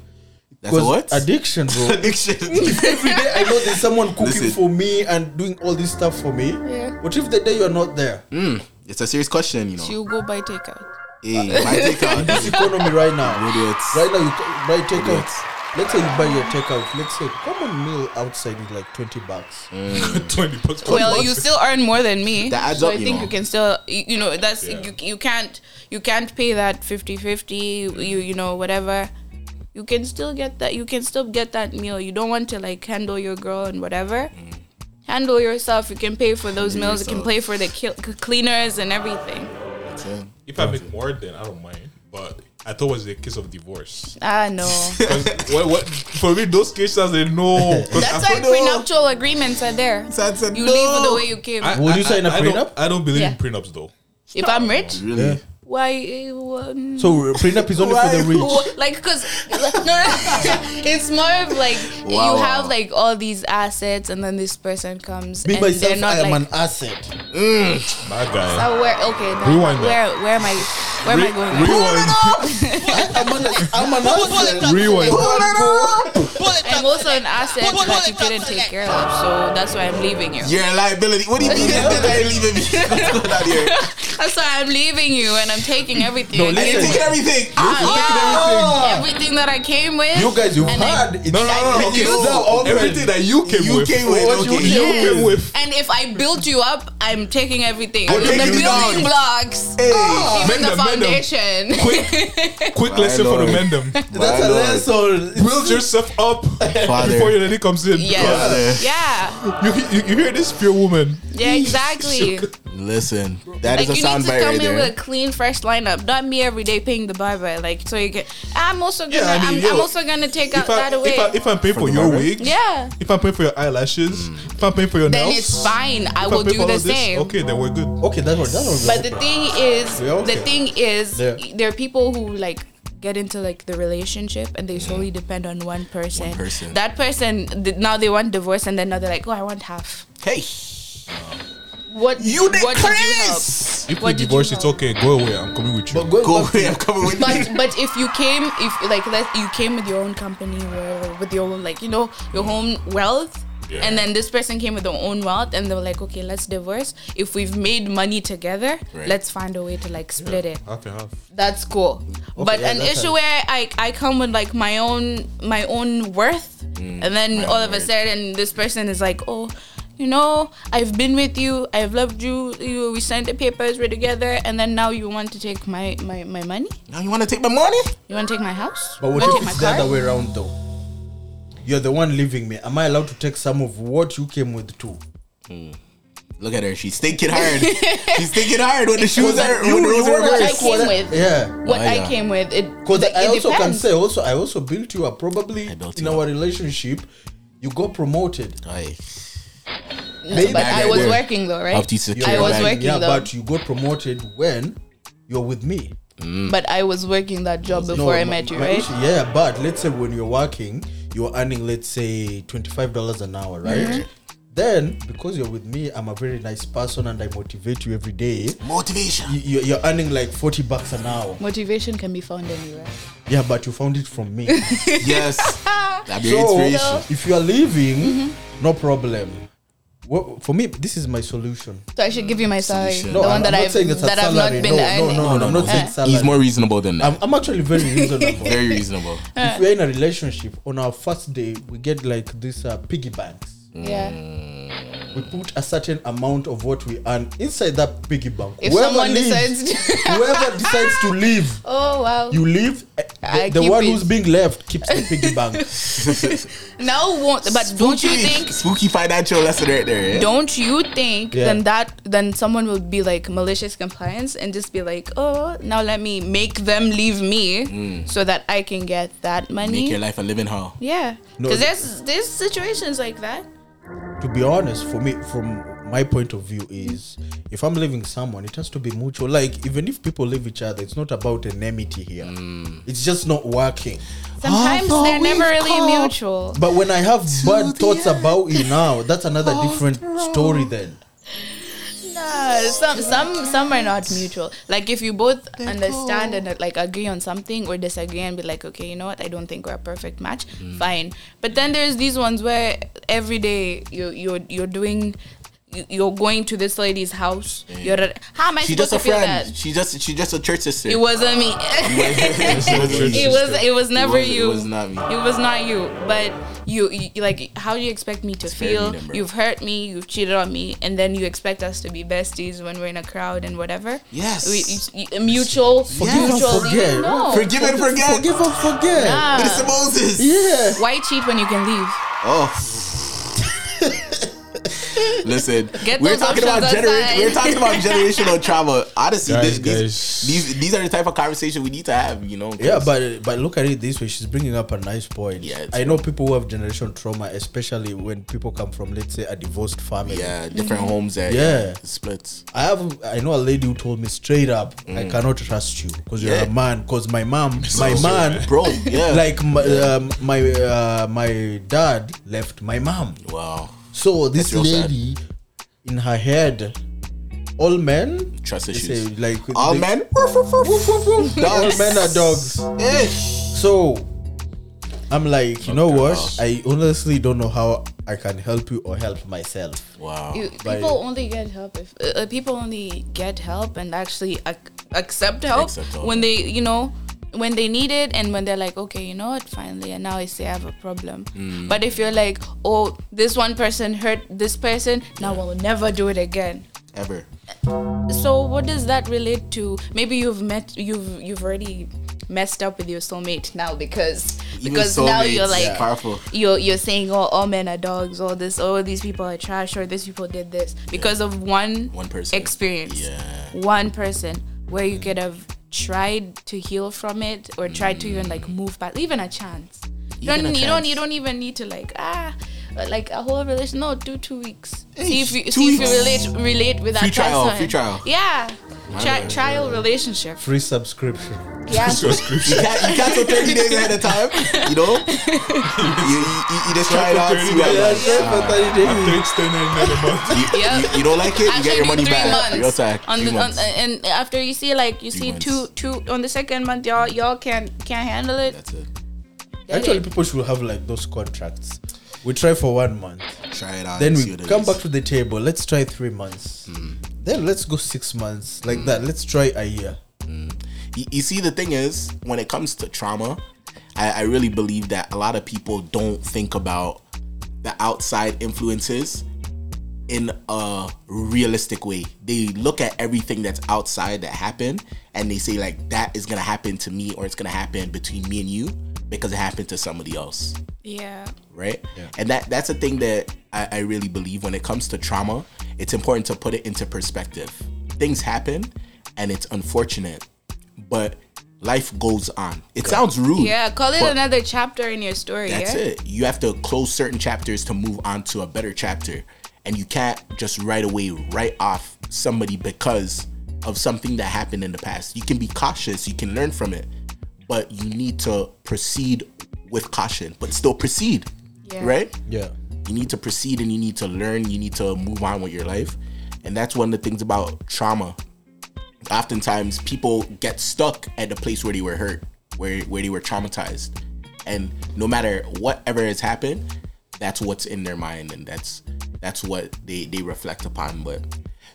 That's a 'Cause what? Addiction, bro. Addiction. every day I know there's someone cooking Listen. for me and doing all this stuff for me. Yeah. What if the day you're not there? Mm. Hmm. it's a serious question, you know. she'll go buy takeout Hey, my take out This economy right now. Idiots. Right now you ca- buy takeout. Idiots. Let's say you buy your takeout. Let's say common meal outside is like twenty bucks. Mm. twenty bucks. well you still earn more than me That adds so up, i you think know. you can still you you know that's Yeah. you, you can't you can't pay that 50 50 you you know whatever you can still get that you can still get that meal you don't want to like handle your girl and whatever handle yourself you can pay for those meals you can yourself. pay for the ki- cleaners and everything That's it. If I make more, then I don't mind. But I thought it was a case of divorce. Ah, no. 'Cause what, what, for me, those cases, they know. 'Cause That's why I, prenuptial agreements are there. Said- said you no. leave the way you came. I- Would I- you sign I- a I don't- prenup? I don't believe in Yeah. prenups, though. if I'm rich, Really? why? eh, um, So uh, prenup is only for the Why? rich. wh- like, cause like, no, no, it's more of like Wow, you have wow. like all these assets, and then this person comes Me and myself, they're not I am like. an asset. My guy. oh, where? Okay, then Rewind that. where? Where am I? Where am I going? now? I'm an, I'm an asset. Rewind. I'm also an asset that you couldn't take care of, so that's why I'm leaving you. You're a liability. What do you mean? You're a liability. What's going on here? That's why I'm leaving you, and I'm taking everything. No, I listen. You're gave you taking everything. Ah, everything that I came with. You guys, you've and I- had it. No, ah. no, no. Okay, You- so already. everything that you came You with. came with, what you- okay. You Yes. came with. And if I build you up, I'm taking everything. I'm the taking building you down. blocks, Hey, even Mend the them, mend them. foundation. Quick, quick My lesson for the lord. mendem. That's My a lord. lesson. Build yourself up Father. before your lady comes in. yes. Yeah. You, you, you hear this pure woman. Yeah. Exactly. Listen, that Like is you a need to soundbite come right in there. with a clean, fresh lineup. Not me every day paying the barber. Like so you get. I'm also gonna. Yeah, I I'm, mean, yo, I'm also gonna take out If, I, that away. if, I, if I'm paying for, the your barber? wig, yeah. if I'm paying for your eyelashes, Mm. if I'm paying for your Then nails, it's fine. I if I'm will paying do for all the of this, same. Okay, then we're good. Okay, that's what. That's what. But the thing is, Yeah, okay. the thing is, Yeah. there are people who like get into like the relationship and they solely depend on one person. One person. That person th- now they want divorce and then now they're like, oh, I want half. Hey, What you did what did you help? Chris. If we What did you divorce, it's help? okay. Go away. I'm coming with you. but going Go back away. I'm coming with you. But but if you came if like let you came with your own company or with your own like you know your Mm. own wealth. Yeah. And then this person came with their own wealth, and they were like, "Okay, let's divorce. If we've made money together, Right. let's find a way to like split it." Half and half. that's cool. but yeah, an Mm-hmm. that's issue a- where I, I come with like my own my own worth, Mm. and then all of a worth. sudden this person is like, oh, you know, I've been with you, I've loved you, you we signed the papers, we're together, and then now you want to take my my, my money? now you want to take my money? You want to take my house? But you what want if it's the other way around though? You're the one leaving me. Am I allowed to take some of what you came with too? Look at her. She's thinking hard. She's thinking hard when the shoes Because are. you- When the you rules are wanna What reversed. I Yes, came what I- with, yeah. what Ah, I yeah. came with, it Because it I also can depends. say also I also built you up. Probably I built in you our relationship, you got promoted. Aye. Maybe but I was there. working though, right? Up to you to I your was bag. working yeah, though, but you got promoted when you're with me. but I was working that job No, before I my- met you, my right? issue- yeah, but let's say when you're working, you're earning let's say twenty five dollars an hour, right? Mm-hmm. Then because you're with me, I'm a very nice person and I motivate you every day. Motivation. You- You're, you're earning like forty bucks an hour. Motivation can be found anywhere. Yeah, but you found it from me. yes. That'd be so inspiration. if you are leaving, Mm-hmm. no problem. What, for me, this is my solution. So I should give you my salary, Solution. the No, one Mm. I'm that not I've saying it's a that I've not salary. No, been no, earning. no, no, I'm not Eh. saying salary. He's more reasonable than that. I'm, uh, I'm actually very reasonable. Very reasonable. Uh, if we're in a relationship, on our first day, we get like this uh, piggy banks. Mm. Yeah. we Mm. put a certain amount of what we earn inside that piggy bank. If someone decides to- whoever decides to leave, Oh wow. you leave. eh, I The, the keep one it. who's being left keeps the piggy bank. now won't but don't you think Spooky financial lesson right there. Yeah? don't you think Yeah. then that then someone will be like malicious compliance and just be like, "Oh, now let me make them leave me Mm. so that I can get that Make your money." life a living hell. Yeah. No, Cuz the- there's there's situations like that. to be honest, for me, from my point of view, is if I'm leaving someone, it has to be mutual. Like even if people leave each other, it's not about enmity here. Mm. It's just not working. Sometimes but they're never we've really come mutual. But when I have bad the thoughts end. about you now, that's another different story. Then Nah, some some some are not mutual. Like if you both understand and uh, like agree on something or disagree and be like, okay, you know what, I don't think we're a perfect match. Mm-hmm. Fine. But then there's these ones where every day you you're you're doing. you- You're going to this lady's house. You're how am I She's supposed just a to feel friend. that? She just she's just a church sister. It wasn't me. it it was it was never was- it you. was not me. It was not you. But you, you like how do you expect me to fair feel? meeting, bro. You've hurt me. You've cheated on me, and then you expect us to be besties when we're in a crowd and whatever. Yes. We, it's- y- mutual. Forgive and mutual. forget. No. Forgive and forget. forgive and forget. But Ah, it's a Moses. Yeah. Why cheat when you can leave? Oh. Listen, Get we're those talking about options genera- aside. we're talking about generational trauma. Honestly, Guys, thi- guys. these, these these are the type of conversation we need to have. You know? 'cause- Yeah, but but look at it this way. She's bringing up a nice point. Yeah, it's I know people who have generation trauma, especially when people come from, let's say, a divorced family. yeah, different Mm-hmm. homes that Yeah. splits. I have I know a lady who told me straight up, I cannot trust you because you're Mm. Yeah. a man. Because my mom, my also man, Bro, yeah. like my um, my uh, my dad left my mom. wow, So this real sad. lady, in her head, all men, trust they say, issues. like All they- men, Woof, woof, woof, woof, woof, woof. all men are dogs. Ish. So I'm like, Oh you know what? girls. I honestly don't know how I can help you or help myself. Wow. You, By- people only get help if uh, uh, people only get help and actually ac- accept help Accept help, when they you know when they need it and when they're like okay you know what finally and now I say I have a problem Mm. but if you're like oh this one person hurt this person now I'll never do it again Ever. so what does that relate to maybe you've met you've you've already messed up with your soulmate now because Even because now soulmates, you're like yeah. Powerful. you're you're saying oh all men are dogs all this all these people are trash or these people did this because of one One person. experience Yeah. one person where you could have tried to heal from it or tried to even like move back even a chance you don't, Even a you don't chance. you don't even need to like ah like a whole relation no do two weeks see Eish, if you two see weeks. if you relate relate with that Free trial, person. free trial. Yeah. Tri- word. trial relationship. Free subscription. Yeah. You can't, you cancel 30 days ahead of time, you know? You, you, you- you just try it out, see what Yeah, happens. same for 30 days. Thanks, ten nine a month. You, Yep. you- you don't like it, you After get your money three back. months, Real talk. On Three the, on, months. and after you see like you see Three two two on the second month y'all y'all can't can't handle it. That's it. Dead Actually, it. people should have like those contracts. We try for one month, Try it out. then see we what it come is. Hmm. back to the table. Let's try three months. Then let's go six months like that. Let's try a year. you, you see the thing is when it comes to trauma I, I really believe that a lot of people don't think about the outside influences in a realistic way they look at everything that's outside that happened and they say like that is gonna happen to me or it's gonna happen between me and you because it happened to somebody else yeah. right? And that that's a thing that I, I really believe when it comes to trauma, it's important to put it into perspective. Things happen and it's unfortunate, but life goes on. It sounds rude. Yeah, call it but another chapter in your story. That's yeah? it. You have to close certain chapters to move on to a better chapter. And you can't just right away write off somebody because of something that happened in the past. You can be cautious, you can learn from it, but you need to proceed with caution, but still proceed. Yeah. Right? Yeah. you need to proceed and you need to learn you need to move on with your life and that's one of the things about trauma oftentimes people get stuck at the place where they were hurt where where they were traumatized and no matter whatever has happened that's what's in their mind and that's that's what they they reflect upon but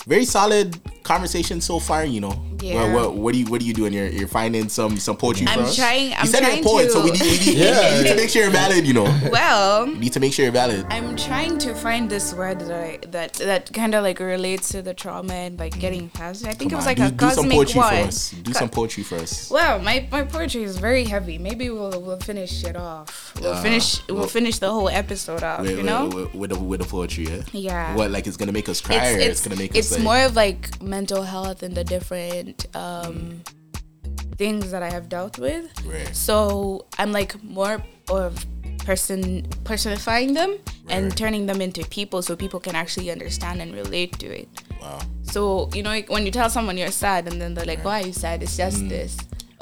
very solid conversation so far you know Yeah. what, what, what do you what are you doing you're, you're finding some some poetry I'm for us? trying- I'm you said you're a trying poet to- so we need, we need, we need to make sure you're valid you know Well, you need to make sure you're valid I'm trying to find this word that I, that that kind of like relates to the trauma and like getting past it. I think it was Mm. Come like on, a some cosmic poetry one. for us. Do some poetry for us. Wow, my, my poetry is very heavy. Maybe we'll we'll finish it off. We'll finish we'll, well- finish the whole episode off. With, you know, with, with, the, with the poetry, yeah? Yeah. What, like it's gonna make us cry or it's it's, it's, gonna make it's us like, more of like mental health and the different um, things that I have dealt with. Right. So I'm like more of person personifying them and Right. turning them into people so people can actually understand and relate to it. wow. So you know, like, when you tell someone you're sad, and then they're like, "Why are you sad? It's just this."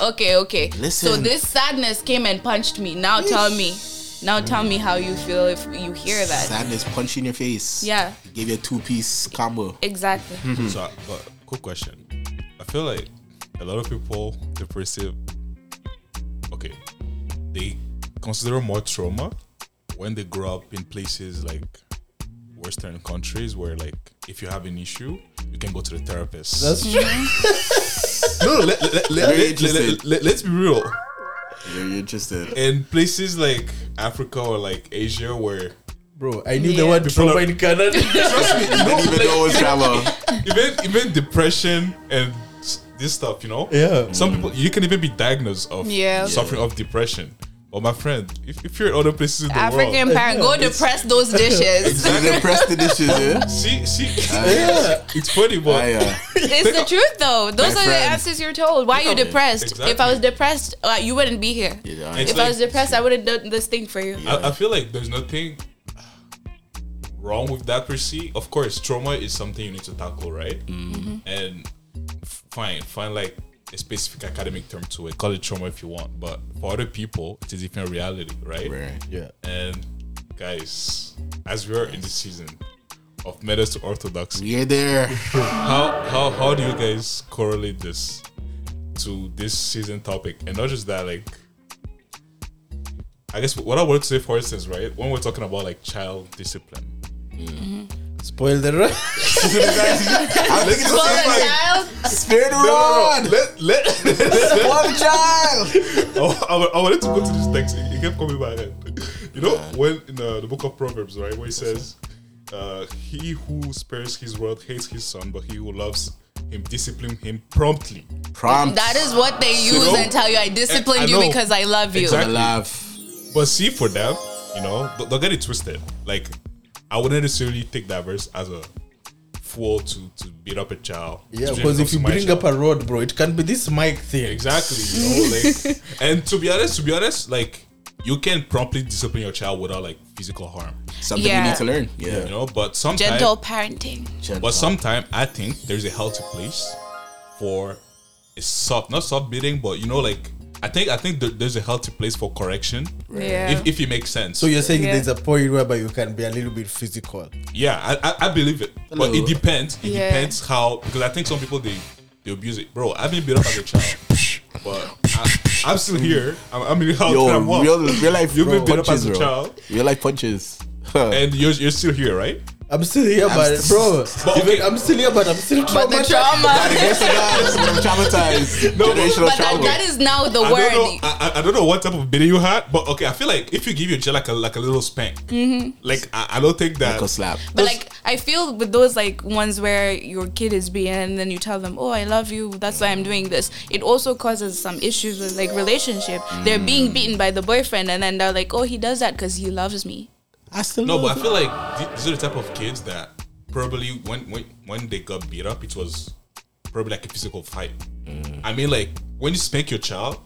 Okay, okay. So Mm. Listen. this sadness came and punched me. Now tell me, now tell me how you feel if you hear that. Sadness punch you in your face. Yeah. Give you a two piece combo. Exactly. Hmm. So, I- but quick question. I feel like a lot of people they perceive okay, they consider more trauma when they grow up in places like Western countries where like if you have an issue, you can go to the therapist. That's true. no, no, let, let, Very let, interesting. us be real. You're you're interested. In places like Africa or like Asia where Bro, I knew the Yeah. word People trauma are- in Canada. trust me, you I know, didn't even like, know it was trauma. even even depression and s- this stuff, you know. Yeah. Some people you can even be diagnosed of Yeah. suffering of depression, But my friend, if, if you're in other places in the African world, parent, go depress those dishes. They press the dishes, yeah? see, see, yeah, it's funny, but I, uh, It's the truth, though. Those My are the friend. answers you're told. Why are you Yeah, depressed? If I exactly. was depressed, uh, you wouldn't be here. yeah. It's If I was depressed, I would have done this thing for you. I, I feel like there's nothing wrong with that per se. Of course, trauma is something you need to tackle, right? Mm-hmm. And f- fine, find like a specific academic term to it. Call it trauma if you want, but for other people, it is a different reality, right? Right. Yeah. And Um, guys, as we are in the season of metas to orthodoxy, We are there. how how how do you guys correlate this to this season topic? And not just that, like I guess what I wanted to say, for instance, right, when we're talking about like child discipline, Spoil the rest. I'm thinking Well, the the same way. child, Spirit no, let let. One Ah! child. Oh, I, wa- I wanted to go to this text. It, it kept coming back. You know, when in uh, the book of Proverbs, right, where it says, uh, "He who spares his rod hates his son, but he who loves him discipline him promptly." Prompt. that is what they use know, and tell you. I disciplined I you know. because I love you. Exactly. love. But see, for them, you know, don't, don't get it twisted. Like, I wouldn't necessarily take that verse as a fool to to beat up a child. Yeah, especially because when it comes if to you my bring child. up a road, bro, it can be this mic thing. exactly, you know, like, and to be honest, to be honest, like, you can promptly discipline your child without like physical harm. Something Yeah. we need to learn. You know, but sometimes, Gentle parenting. Gentle. but sometimes I think there's a healthy place for a soft, not soft beating, but you know, like. I think I think there- there's a healthy place for correction, Yeah. if, if it makes sense. So you're saying Yeah. there's a point whereby you can be a little bit physical. Yeah, I, I, I believe it, but Hello. it depends. It Yeah. depends how because I think some people they they abuse it, bro. I've been beat up as a child, but I, I'm still here. I'm, I'm in the house. and Yo, I'm up. real, real life You've been beat up punches, as bro. a child. Real life punches. and you're you're still here, right? I'm still here, but st- bro, But even- okay. I'm still here, but I'm still But the traumatized. trauma. Yes, it does. I'm traumatized. No, Generational But that, trauma. that is now the I word. don't know. I, I- I don't know what type of beating you had, but okay, I feel like if you give your child like a like a little spank, like I, I don't think that. Go slap. But like I feel with those like ones where your kid is being and then you tell them, "Oh, I love you. That's why I'm doing this." It also causes some issues with like relationship. They're being beaten by the boyfriend and then they're like, "Oh, he does that cuz he loves me." I still No, but I feel like th- these are the type of kids that probably when when, when they got beat up, it was probably like a physical fight. Mm. I mean, like when you spank your child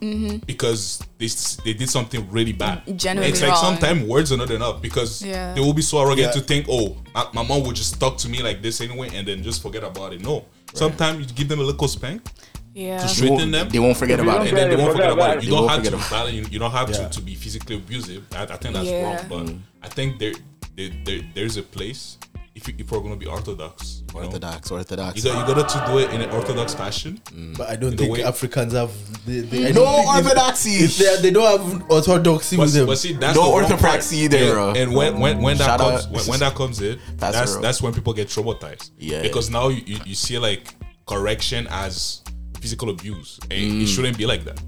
because they s- they did something really bad. Mm-hmm. Generally it's like wrong. sometimes words are not enough because Yeah. they will be so arrogant Yeah. to think, oh, my, my mom would just talk to me like this anyway, and then just forget about it. No, sometimes you give them a little spank Uh-huh. Yeah. straighten them. They won't forget about and it. then they won't forget about it. You They don't won't have to forget be about violent. You, you don't have Yeah. to, to be physically abusive. I, I think that's Yeah. wrong. But I think there, there, there there's a place if, you, if we're gonna be orthodox. You know? Orthodox, orthodox. You got, you got to do it in an orthodox fashion. But I don't think way- Africans have. They, they, I No don't think they- orthodoxy. They, they don't have orthodoxy But, with them. but see, that's No the wrong orthopraxy part. either, And- bro. And, when when, when that Shout comes out- when, when that comes in, Pastor that's Ro. that's when people get traumatized. Yeah. Because now you, you, you see like correction as physical abuse. And it shouldn't be like that.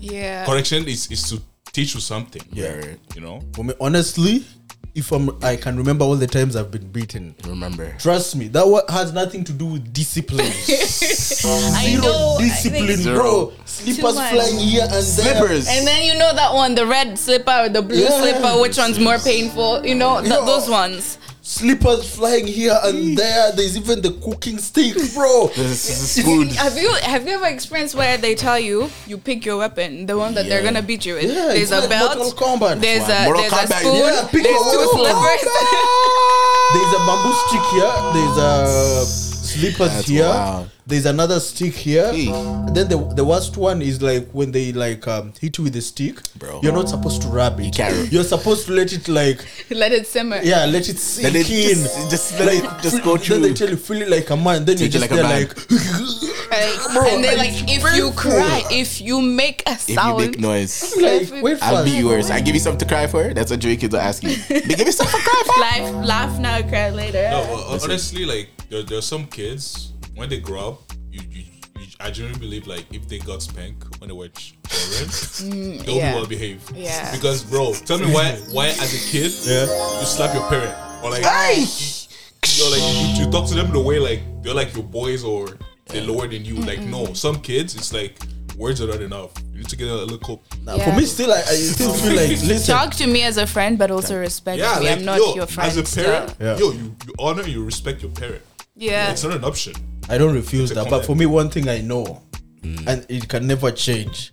Yeah. Correction is, is to teach you something. Yeah. You know? For me, honestly, if I'm, I can remember all the times I've been beaten. Remember. Trust me, that wa- has nothing to do with discipline. I Zero know. I think- discipline, Zero. bro. Too Slippers much. flying here and there. Slippers. And then you know that one, the red slipper or the blue Yeah. slipper, which one's more painful? You know, th- Yeah. those ones. slippers flying here and there. There's even the cooking stick, bro. This is food. Have you have you ever experienced where they tell you you pick your weapon, the one that they're Yeah. gonna beat you with? Yeah, it's there's a like belt. Mortal Kombat. There's That's why. a Mortal there's a Kombat, spoon. yeah, pick there's your two weapon. slippers. There's a bamboo stick here. There's a slippers That's here. wild. There's another stick here. Hey. Then the, the worst one is like when they like um, hit you with a stick. Bro. You're not supposed to rub it. can't- You're supposed to let it like Let it simmer. yeah, let it sink Let it in. just- just let it just feel- go Then they through. tell you feel it like a man. Then you're Treat it just like a man. there Like, Bro, and they're and like, it's if you painful. cry, if you make a If you sound, make noise, like like wait I'll first. be yours. I give you something to cry for. That's what Drake kids will ask you. They give you something to cry for. laugh, laugh now, cry later. No, but hon- honestly, like there, there are some kids when they grow up, you, you, you I genuinely believe like if they got spanked when they were ch- children, they'll Mm, yeah. be well behaved. Yeah. Because bro, tell me why why as a kid Yeah. you slap your parent or like Ah, Aye. you know, like you, you talk to them in a way like they're like your boys or they're lower than you. Like no, some kids it's like words are not enough. You need to get a little. Nah, For me, still, I, I still feel like listen. Talk to me as a friend, but also respect Yeah, me. like I'm not yo, your friend. as a parent, so- Yeah. yo, you, you honor, you respect your parent. Yeah. It's not an option. I don't refuse It's a that. But comment. for me, one thing I know, Mm. and it can never change.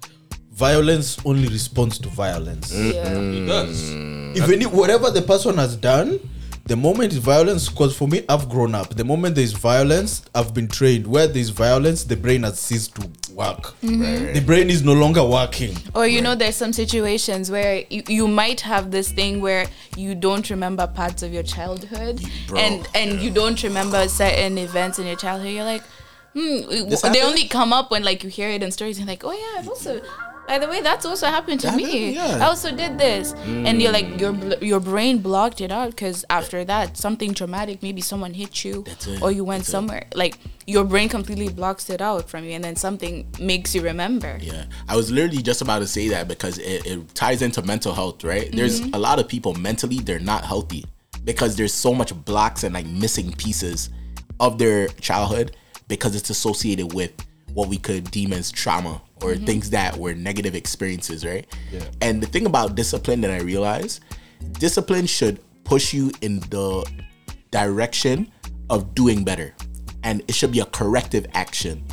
Violence only responds to violence. yeah. It does. Even if whatever the person has done, the moment is violence. Because for me, I've grown up. The moment there is violence, I've been trained. Where there is violence, the brain has ceased to work. The brain is no longer working. Or you know, there's some situations where you, you might have this thing where you don't remember parts of your childhood, Bro, and and you don't remember certain events in your childhood. You're like, hmm, w- This they happened? only come up when like you hear it in stories and like, oh yeah, I've also. By the way, that's also happened to That me. happened? Yeah. I also did this, and you're like your bl- your brain blocked it out because after that something traumatic, maybe someone hit you That's it. or you went somewhere. Like your brain completely blocks it out from you, and then something makes you remember. Yeah, I was literally just about to say that because it, it ties into mental health, right? There's a lot of people mentally they're not healthy because there's so much blocks and like missing pieces of their childhood because it's associated with what we could deem as trauma or things that were negative experiences, right? Yeah. And the thing about discipline that I realized, discipline should push you in the direction of doing better. And it should be a corrective action.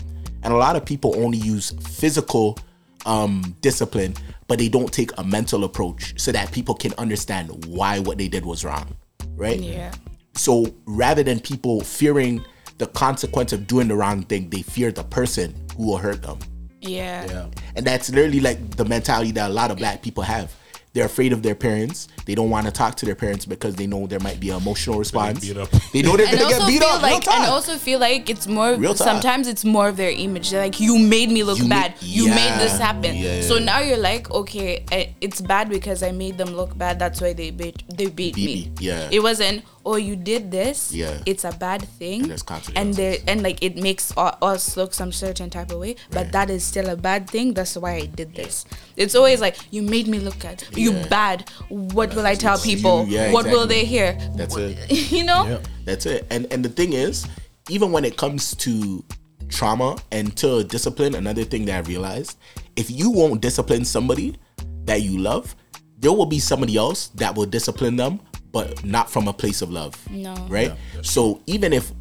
And a lot of people only use physical um, discipline, but they don't take a mental approach so that people can understand why what they did was wrong, right? Yeah. So rather than people fearing the consequence of doing the wrong thing, they fear the person who will hurt them. Yeah. And that's literally like the mentality that a lot of black people have. They're afraid of their parents. They don't want to talk to their parents because they know there might be an emotional response. beat up. They know they're And gonna also get beat feel up. real like talk. and also feel like it's more Real talk. sometimes it's more of their image. They're like you made me look You ma- bad. you made this yeah, happen. yeah. So now you're like, okay, eh, it's bad because I made them look bad. That's why they beat they beat, Beat me. me, yeah. It wasn't oh you did this. Yeah. It's a bad thing. And there's and consequences. they and like it makes u- us look some certain type of way, but Right. that is still a bad thing. That's why I did this. It's always like you made me look bad. You Yeah. bad. What will I tell It's you, people? yeah, what will exactly. they hear? That's it. you know. Yeah. That's it. And and the thing is, even when it comes to trauma and to discipline, another thing that I realized, if you won't discipline somebody that you love, there will be somebody else that will discipline them, but not from a place of love. No. Right? so even if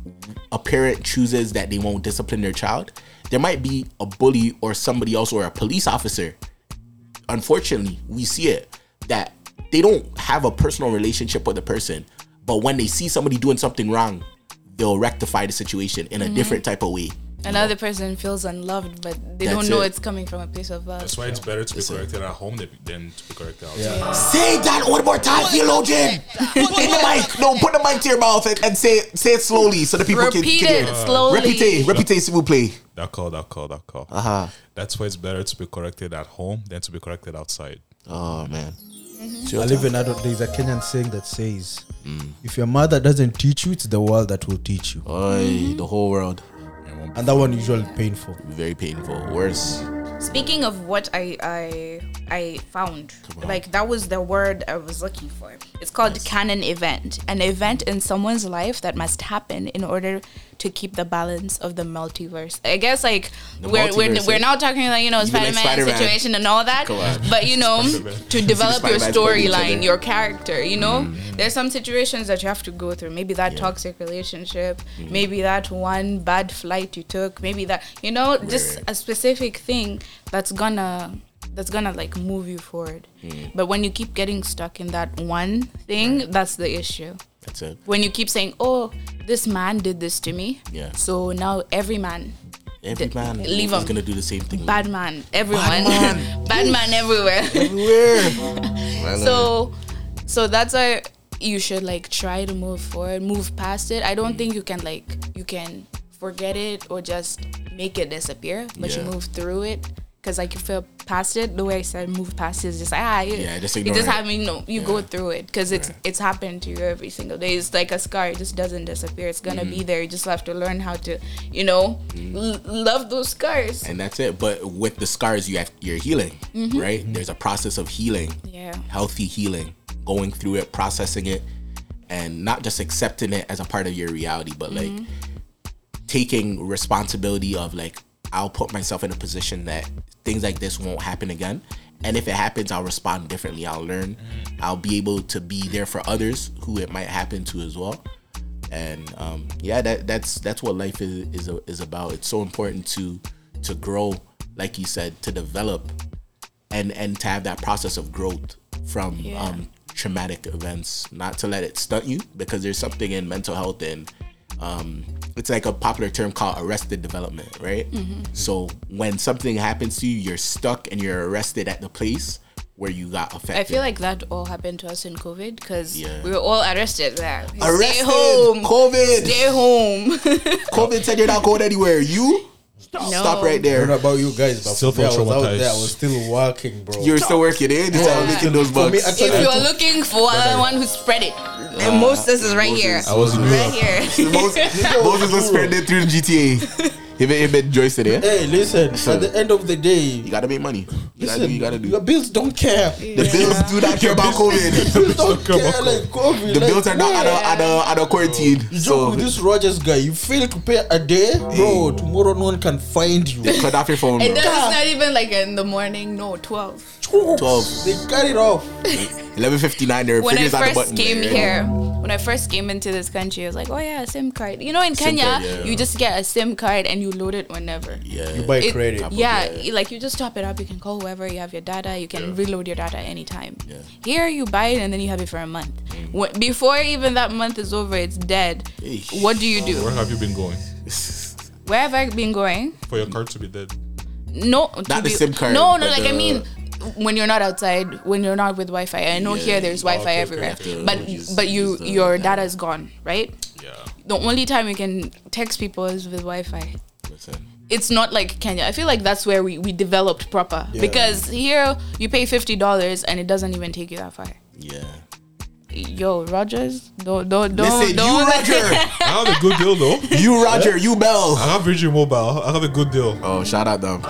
a parent chooses that they won't discipline their child, there might be a bully or somebody else or a police officer unfortunately, we see it that they don't have a personal relationship with the person, but when they see somebody doing something wrong, they'll rectify the situation in a Mm-hmm. different type of way. another person feels unloved, but they That's don't know it. it's coming from a place of uh, love. That's why it's better to be corrected at home than, than to be corrected outside. Say that one more time, theologian. In the mic. No, put the mic to your mouth and, and say it, say it slowly so the people can, Repeat can hear. it slowly. Repite, repite, si vous plaît. That call, that call, that call. Uh-huh. That's why it's better to be corrected at home than to be corrected outside. Oh man. I live in adult. There's a Kenyan saying that says, "If your mother doesn't teach you, it's the world that will teach you." Mm-hmm. Oy, the whole world. And that one usually painful. Very painful. Worse. Speaking of what I I I found, like that was the word I was looking for. It's called canon event, an event in someone's life that must happen in order to keep the balance of the multiverse. I guess like we're multiverse, we're, we're eh? now talking like you know Even like Spider-Man, Spider-Man. situation and all that, Come on. but you know to develop your Spider-Man's fighting each storyline, other. Mm-hmm. your character. You know, there's some situations that you have to go through. Maybe that toxic relationship, maybe that one bad flight you took, maybe that you know just right. a specific thing that's gonna that's gonna like move you forward. But when you keep getting stuck in that one thing, that's the issue. That's it. When you keep saying, "Oh, this man did this to me," Yeah. so now every man, Every D- man leave is 'em. gonna do the same thing. bad man, everyone, man. bad man everywhere. Everywhere. so so that's why you should like try to move forward move past it i don't think you can like you can forget it or just make it disappear but you Yeah. move through it because like you feel past it the way i said move past it is just ah you, Yeah, just you ignore just it. have you know you go through it because it's it's happened to you every single day it's like a scar it just doesn't disappear it's gonna Mm-hmm. be there you just have to learn how to you know l- love those scars and that's it. But with the scars, you have you're healing, right? There's a process of healing, Yeah. healthy healing, going through it, processing it, and not just accepting it as a part of your reality, but like taking responsibility of like I'll put myself in a position that things like this won't happen again. And if it happens, I'll respond differently. I'll learn. I'll be able to be there for others who it might happen to as well. And um, yeah, that, that's that's what life is is, is about. It's so important to to grow, like you said, to develop, and and to have that process of growth from Yeah. um, traumatic events. Not to let it stunt you, because there's something in mental health and um, it's like a popular term called arrested development, right? Mm-hmm. So when something happens to you, you're stuck and you're arrested at the place where you got affected. I feel like that all happened to us in COVID because Yeah. we were all arrested there. Stay arrested, home. COVID. Stay home. COVID said you're not going anywhere. You stop, No. I right don't know there. about you guys, but Still for me, I was feel out traumatized. there. I was still working, bro. You're still working eh? in. You're still making those For bucks. me, actually, if you are looking for the one who spread it, Uh, and Moses is right here. I was in right Europe. here. Moses, Moses was spreading through the GTA. Him and, him and Joyce in there. hey, listen. At the end of the You day, gotta make money. You gotta listen, do. You gotta do. your bills don't care. The bills do not care about COVID. Bills don't care. Like COVID, The like, bills are not man. out of, out of, out of quarantine. You so joke with this Rogers guy. You fail to pay a day, bro. Tomorrow no one can find you. cut off your phone. And bro. then it's not even like in the morning. No, twelve. Twelve. They cut it off. 11.59 there when I fingers on the first button came right? here, when I first came into this country, I was like, oh yeah, SIM card. You know, in SIM Kenya, card, yeah. you just get a SIM card and you load it whenever. yeah You buy It- credit. Yeah, you- like you just top it up. You can call whoever. You have your data. You can reload your data anytime. Here you buy it and then you have it for a month. Mm. Wh- Before even that month is over, it's dead. Eesh. What do you do? Where have you been going? Where have I been going? For your card to be dead. No, to Not the be- SIM card, No, no. but Like I the- mean, when you're not outside, when you're not with Wi-Fi. I know Yeah. here there's Wi-Fi okay, everywhere, okay, okay. but Use- but you use the your data. data is gone, right? Yeah. The only time you can text people is with Wi-Fi. Listen, it's not like Kenya. I feel like that's where we, we developed proper because here you pay fifty dollars and it doesn't even take you that far. yeah Yo, Rogers, don't don't don't listen you don't. Roger I have a good deal though. you Roger you I Bell have Virgin Mobile. I have a good deal. oh shout out them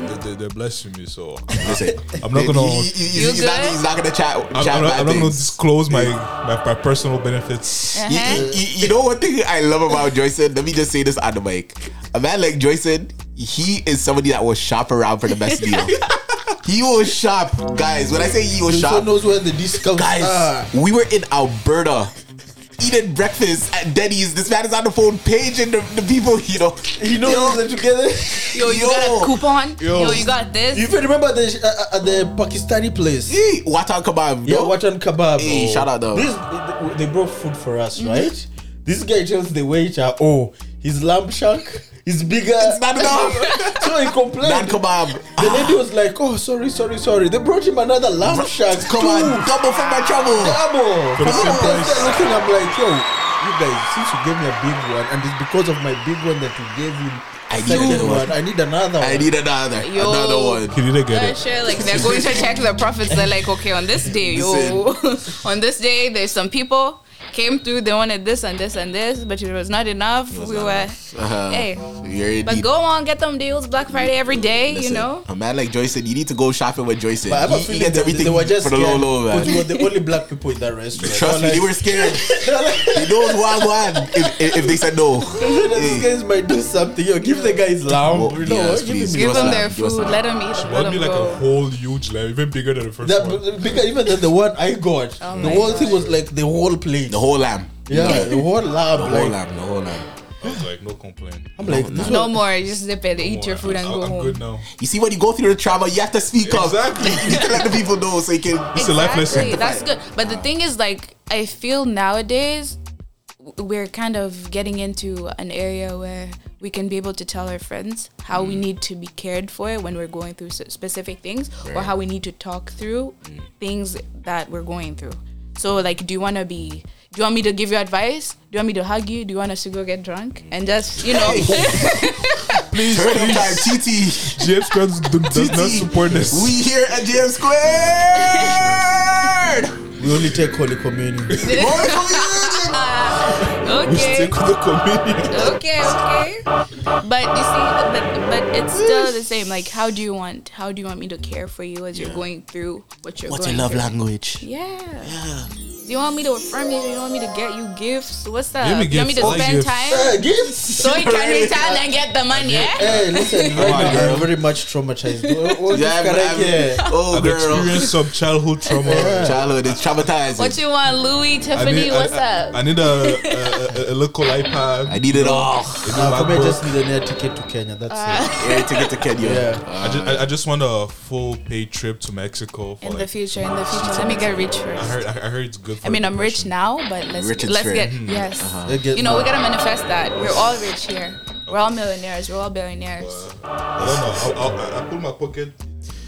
They, they, they, are blessing me, so listen I'm not gonna. he, he, he's, he's, You not, good? he's not gonna chat chat I'm, I'm not, bad I'm not gonna things. disclose my, my my personal benefits. You- Uh-huh. you, you- you know one thing I love about Joyson let me just say this on the mic a man like Joyson he is somebody that will shop around for the best deal he will shop guys when I say he will Who shop knows where the discounts Guys, uh. are? we were in Alberta eating breakfast at Denny's. This man is on the phone paging the, the people, you know. You know Yo. they're together. Yo, you got a coupon. Yo, you got this. You even remember the uh, uh, the Pakistani place? Hey, Watan kebab, Yeah, bro. Watan kebab. Hey, shout out though. This they brought food for us, right? This guy tells the waiter, "Oh, his lamb shank is bigger." It's not enough. so he Dan complained. kebab. The lady was like, "Oh, sorry, sorry, sorry." They brought him another lamb shank. Come on, double for my trouble. double. For the same I'm just price. there looking, I'm like, "Yo, you guys, since you gave me a big one, and it's because of my big one that you gave him." I need second another one. I need another one. I need another, Yo. another one. He didn't get Yeah, it. sure. Like they're going to check the profits. They're like, okay, on this day, yo, on this day, there's some people came through. They wanted this and this and this, but it was not enough. we not were, Uh-huh. hey, You're in but deep. go on, get them deals. Black Friday every day, Listen, you know. a man like Joyson, you need to go shopping with Joyson. But I have a He, he feeling gets they, everything they were just for the low, scared low, man. because we were the only black people in that restaurant. Trust They me, were they were like, scared. they know what's going on if, if, if they said no. These guys might do something. Yo, give the guys lamb. Well, you know, yes, what? give please. him Give us them that, their give us food. that. Let them eat. Let Bought them me like a go. whole huge lamb, even bigger than the first one. that, because even than the one I got, the Oh my whole thing was like the whole plate. The whole lamb. yeah, the whole lamb. The like, whole lamb. The whole lamb. I was like, no complaint. I'm like, this No one, more. Just zip it. Eat your food and I'm, go I'm home. good now. You see, when you go through the trauma, you have to speak up. Exactly. You have to let the people know so you can. It's a life lesson. That's good. But the thing is, like, I feel nowadays w- we're kind of getting into an area where we can be able to tell our friends how Mm. we need to be cared for when we're going through s- specific things or how we need to talk through Mm. things that we're going through. So, like, do you want to be. Do you want me to give you advice? Do you want me to hug you? Do you want us to go get drunk? Mm. And just, you know, Please, Third time, TT. James Corden does not TT. support this. We here at JM Squared. we only take Holy Communion. Holy communion. We okay. stick with the comedian. okay, okay. But you see, but, but it's still the same. Like, how do you want? How do you want me to care for you as you're going through what you're What's your going love through? language? Yeah. You want me to affirm you? You want me to get you gifts? What's that? Give me You want me gifts. to I spend like gifts. time? So you can return and get the money, eh? Hey, listen, right on, now, girl. I'm very much traumatized. Oh, oh, this Yeah, guy, I'm- yeah. Oh, I've girl. experienced some childhood trauma. Childhood is traumatizing. What you want, Louis, Tiffany? What's I, up? I need a, a, a, a local iPad. I need it all. a new Nah, for me, I MacBook. Uh, just need an air ticket to Kenya. That's Uh, it. Air ticket to Kenya. Yeah. I just, I, I just want a full paid trip to Mexico. For in the like, future, in the future, let me get rich I first. heard, I heard it's good. For I mean, I'm rich depression. now, but let's Rich and let's straight. Uh-huh. get Mm-hmm. yes. They get You know, we mad. gotta manifest that. We're all rich here. We're all millionaires. We're all billionaires. I don't know. I, I, I pull my pocket.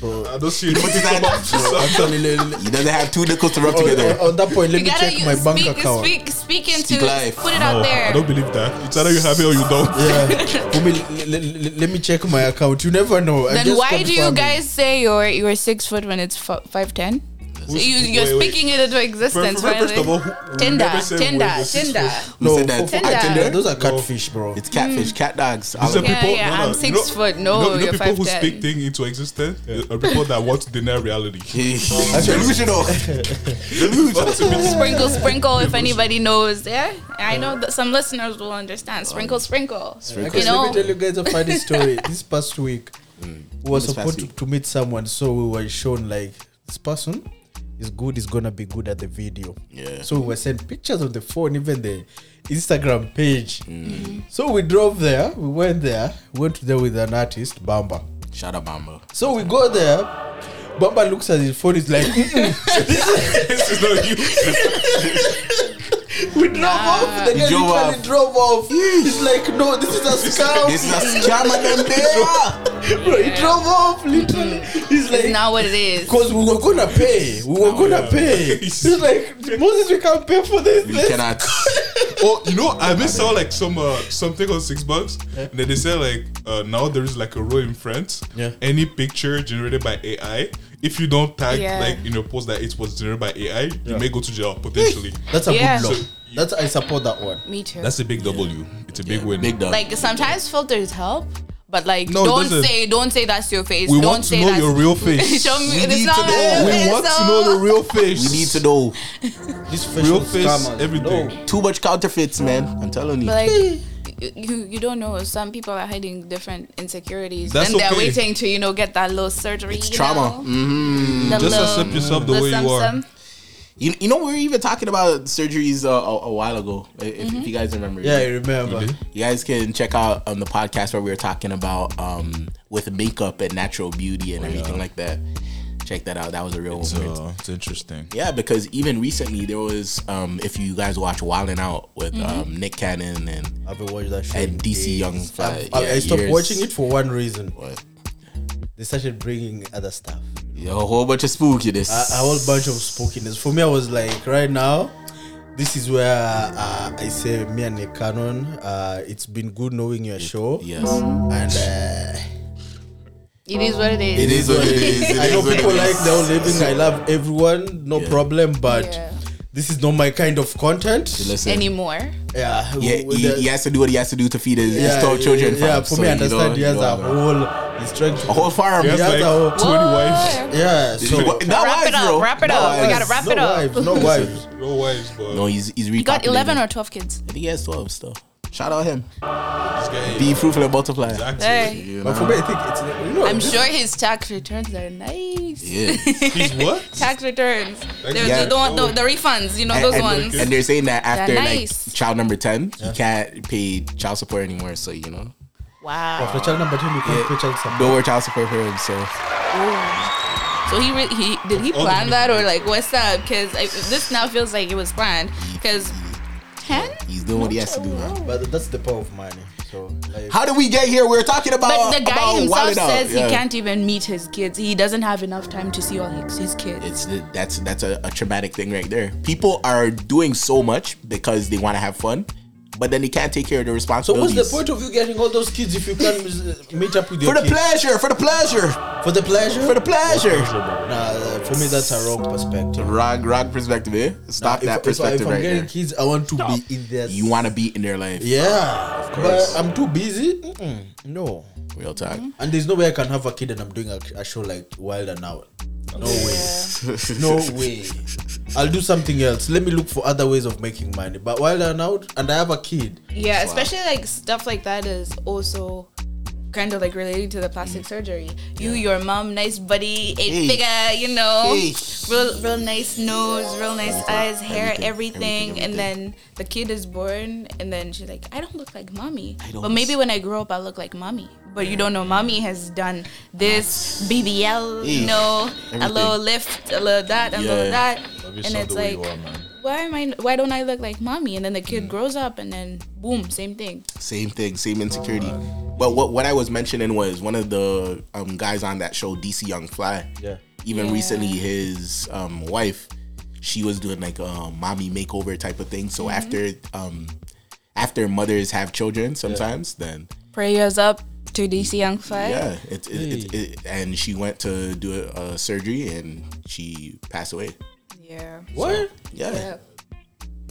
I don't see it. Put it like that. Something. He doesn't have two nickels to rub On, together. Oh, on that point, let You me gotta check use, my bank speak, account. speak, speak into Speak it. life. Put it No, out I there. don't believe that. It's either you have it or you don't. Yeah. For me, le- le- le- let me check my account. You never know. I'm Then just why do you confirming. guys say you're you're six foot when it's five ten? So you, you're wait, wait. speaking it into existence. First- first of all, finally. who- who Tinder, never said Tinder, we're the six Tinder. foot? Who No, said that? for- Tinder. Mm. I Yeah, Tinder? those are catfish, bro. It's catfish, cat dogs. These are Yeah, people, yeah, no, no, I'm you six know- foot. you No, know- you know you're people who 5'10". speak things into existence are people that want to deny reality. Delusional. Delusional. Sprinkle, sprinkle. If anybody knows, yeah, I know that some listeners will Oh. understand. Sprinkle, sprinkle. Actually, You let me know, tell you guys a funny story. this past week, we were Mm. This past supposed to, week. to meet someone, so we were shown like this person is good, is gonna be good at the video. Yeah. So we were sent pictures of the phone, even the Instagram page. Mm. Mm-hmm. So we drove there, we went there, went there with an artist, Bamba. Shout out, Bamba. So we go there. Bamba looks at his phone, he's like, "Mm-mm." this is not you. we drove Ah. off. The guy drove literally off. drove off. He's like, no, this is a Oh, scam. This is a scam and then Bro, he drove off literally. He's like, it's not what it is. Because we were gonna pay. We were gonna pay. He's like, Moses, we can't pay for this. You cannot. Oh, you know, I miss out like some uh, something on six bucks. And then they say like uh, now there is like a rule in France. Yeah. Any picture generated by AI, if you don't tag Yeah. like in your post that it was generated by AI, you may go to jail potentially. That's a Yeah. good law. So- That's I support that one. Me too. That's a big W. It's a big win. Big dog. like sometimes filters help, but like No, it don't doesn't. say don't say that's your face. we don't want to say know that's your real face. Show me. We it's need not to know. my real we face, want to so- know the real face. We need to know. This facial real face, scammers, everything. no. Too much counterfeits, man. I'm telling you. But like you, you don't know. Some people are hiding different insecurities, That's and they're okay. waiting to you know get that little surgery. It's you trauma. know? hmm The Just little- accept yourself the little way you are. some-some. You, you know, we were even talking about surgeries uh, a, a while ago, i- if, Mm-hmm. if you guys remember. Yeah, I remember. You guys can check out on the podcast where we were talking about um, with makeup and natural beauty Oh, and everything like that. Check that out. That was a real one. uh, where it's- it's interesting. Yeah, because even recently there was, um, if you guys watch Wildin' Out with um, Nick Cannon and I've been watching that show. and DC Young for I, yeah, I stopped years. watching it for one reason. What? They started bringing other stuff. Yeah, a whole bunch of spookiness. A, a whole bunch of spookiness. For me, I was like, right now, this is where uh, I say me and Nick Cannon. Uh, it's been good knowing your show. Yes. And uh, It is what it is. It is what it is. It I is know what it people is. like their own living. I love everyone, no Yeah. problem. But Yeah. this is not my kind of content. Listen. anymore. Yeah, Yeah, with he, the- he has to do what he has to do to feed his, his yeah, twelve children. Yeah, fam. for So, me, you I understand. know- He has you know, a whole. He's trying to. a whole farm. He has Yeah, like though. 20 wives. What? yeah, so But not Wrap it wives, up, bro. wrap it Not up. We wives. gotta wrap no it up. wives, no wives. Oh. No wives, but No, he's he's You got recalculating. eleven or twelve kids. I think he has twelve still. Shout out him. this guy Be fruitful and multiply. exactly. Hey. You But know? for me, I think it's you know. I'm sure his tax returns are nice. Yeah. He's what? Tax returns. There's Yeah. the, the, one- the, the refunds, you know, and, those and- ones. and they're saying that after nice. like child number ten, he can't pay child support anymore. So you know, wow. Oh. After child number ten, you can't pay child support. no more child support for him. So So he re- he did he All the plan that or like what's up? Because this now feels like it was planned. Because ten. he's doing what he has to do. Man. But that's the power of money. So like, How did we get here? We were talking about. But the guy about himself Wild 'N Out. says Yeah. he can't even meet his kids. He doesn't have enough time to see all his, his kids. It's the, that's that's a, a traumatic thing right there. People are doing so much because they want to have fun, but then they can't take care of the so what's responsibilities. the point of you getting all those kids if you can't uh, meet up with your For the kids? pleasure, for the pleasure, for the pleasure? for the pleasure. Nah, for me that's a wrong perspective. Wrong, wrong perspective. Eh? Stop if, that if I- perspective if I'm right getting there. kids, I want to be in there. You want to be in their life. Yeah, course. but I'm too busy. Mm-mm, no, Real talk. and there's no way I can have a kid and I'm doing a, a show like Wild and Out. No way. No way. I'll do something else. Let me look for other ways of making money. But while I'm out and I have a kid, Yeah, especially like stuff like that is also kind of like related to the plastic surgery. You, your mom, nice body, eight Mm. Hey. figure, you know, Hey. real, real nice nose, real nice eyes, hair, everything, everything, and then the kid is born, and then she's like, I don't look like mommy, don't but maybe s- when I grow up, I look like mommy. But you don't know, mommy has done this BBL, Hey. you know, a Everything. little lift, a little that, a Yeah. little that, Love and yourself it's the way like you are, man. why am I why don't I look like mommy? And then the kid grows up and then boom, same thing. Same thing, same insecurity. but what what I was mentioning was one of the um, guys on that show, DC Young Fly. Yeah. Even Yeah. recently, his um, wife, she was doing like a mommy makeover type of thing. So after um, after mothers have children, sometimes then Prayers up to DC Young Fly. yeah, it, it, it, it- and she went to do a, a surgery and she passed away. Yeah. what? Yeah. Yeah.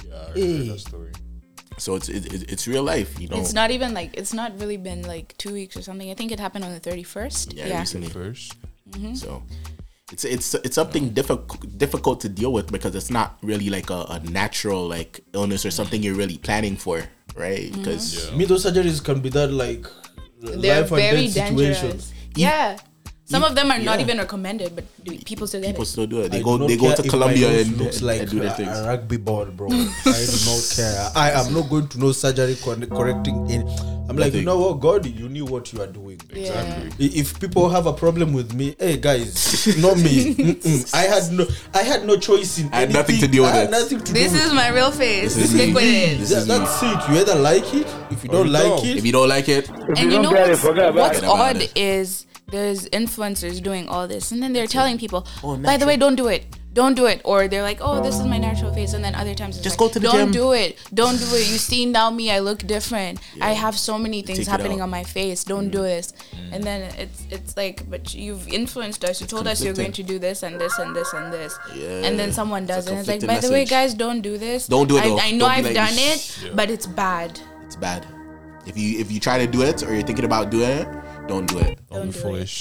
Yeah, I heard that story. So it's it, it- it's real life, you know. It's not even like it's not really been like two weeks or something. I think it happened on the thirty first. yeah, Yeah. Mm-hmm. recently. First, So it's it's it's something difficult difficult to deal with because it's not really like a, a natural like illness or something you're really planning for, right? Mm-hmm. Because Me, those surgeries can be that like They're life very and death situation. dangerous. Yeah. Some of them are not yeah. even recommended, but do- people still get people it. still do it. They I go do not they go care to if Colombia my nose and, looks and- like and do their a, things. a rugby ball, bro. I do not care. I am not going to no surgery con- correcting in. I'm like, you Nothing. know what, God, you knew what you are doing. exactly. I- If people have a problem with me, hey guys, not me. Mm-mm. I had no, I had no choice in. I had nothing anything. to deal with I had it. nothing to This do with is my real face. is Stick me. with it. This is me. that's it. You either like it. If you don't you like don't. it, If you don't like it, and you know get it, what's, forget about what's it. Forget about odd it. is there's influencers doing all this and then they're telling people Oh, by the way don't do it don't do it or they're like oh this is my natural face and then other times it's Just like, go to the don't gym." do it don't do it you see now me i look different i have so many Take things it happening out. Mm. on my face don't do this and then it's it's like but you've influenced us you told us you're going to conflicting. do this and this and this and this Yeah. and then someone a does it and it's like by conflicting the way message. guys don't do this Don't do it, i, though. I know Don't be i've like, done "Shh." it but it's bad it's bad. If you if you try to do it or you're thinking about doing it, don't do it. Don't be do it. foolish.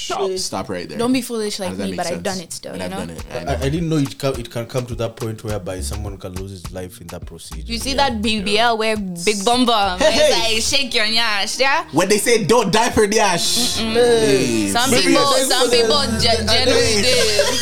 Stop right there. don't be foolish How like does that me make but i've sense? done it still And you I've know done it. I know. I, I didn't know it can, it can come to that point whereby someone can lose his life in that procedure. You see that BBL where Big Bomba Hey, hey. like shake your nyash, yeah? When they say don't die for the ash, hey, Some maybe- people, some people ge- generally did.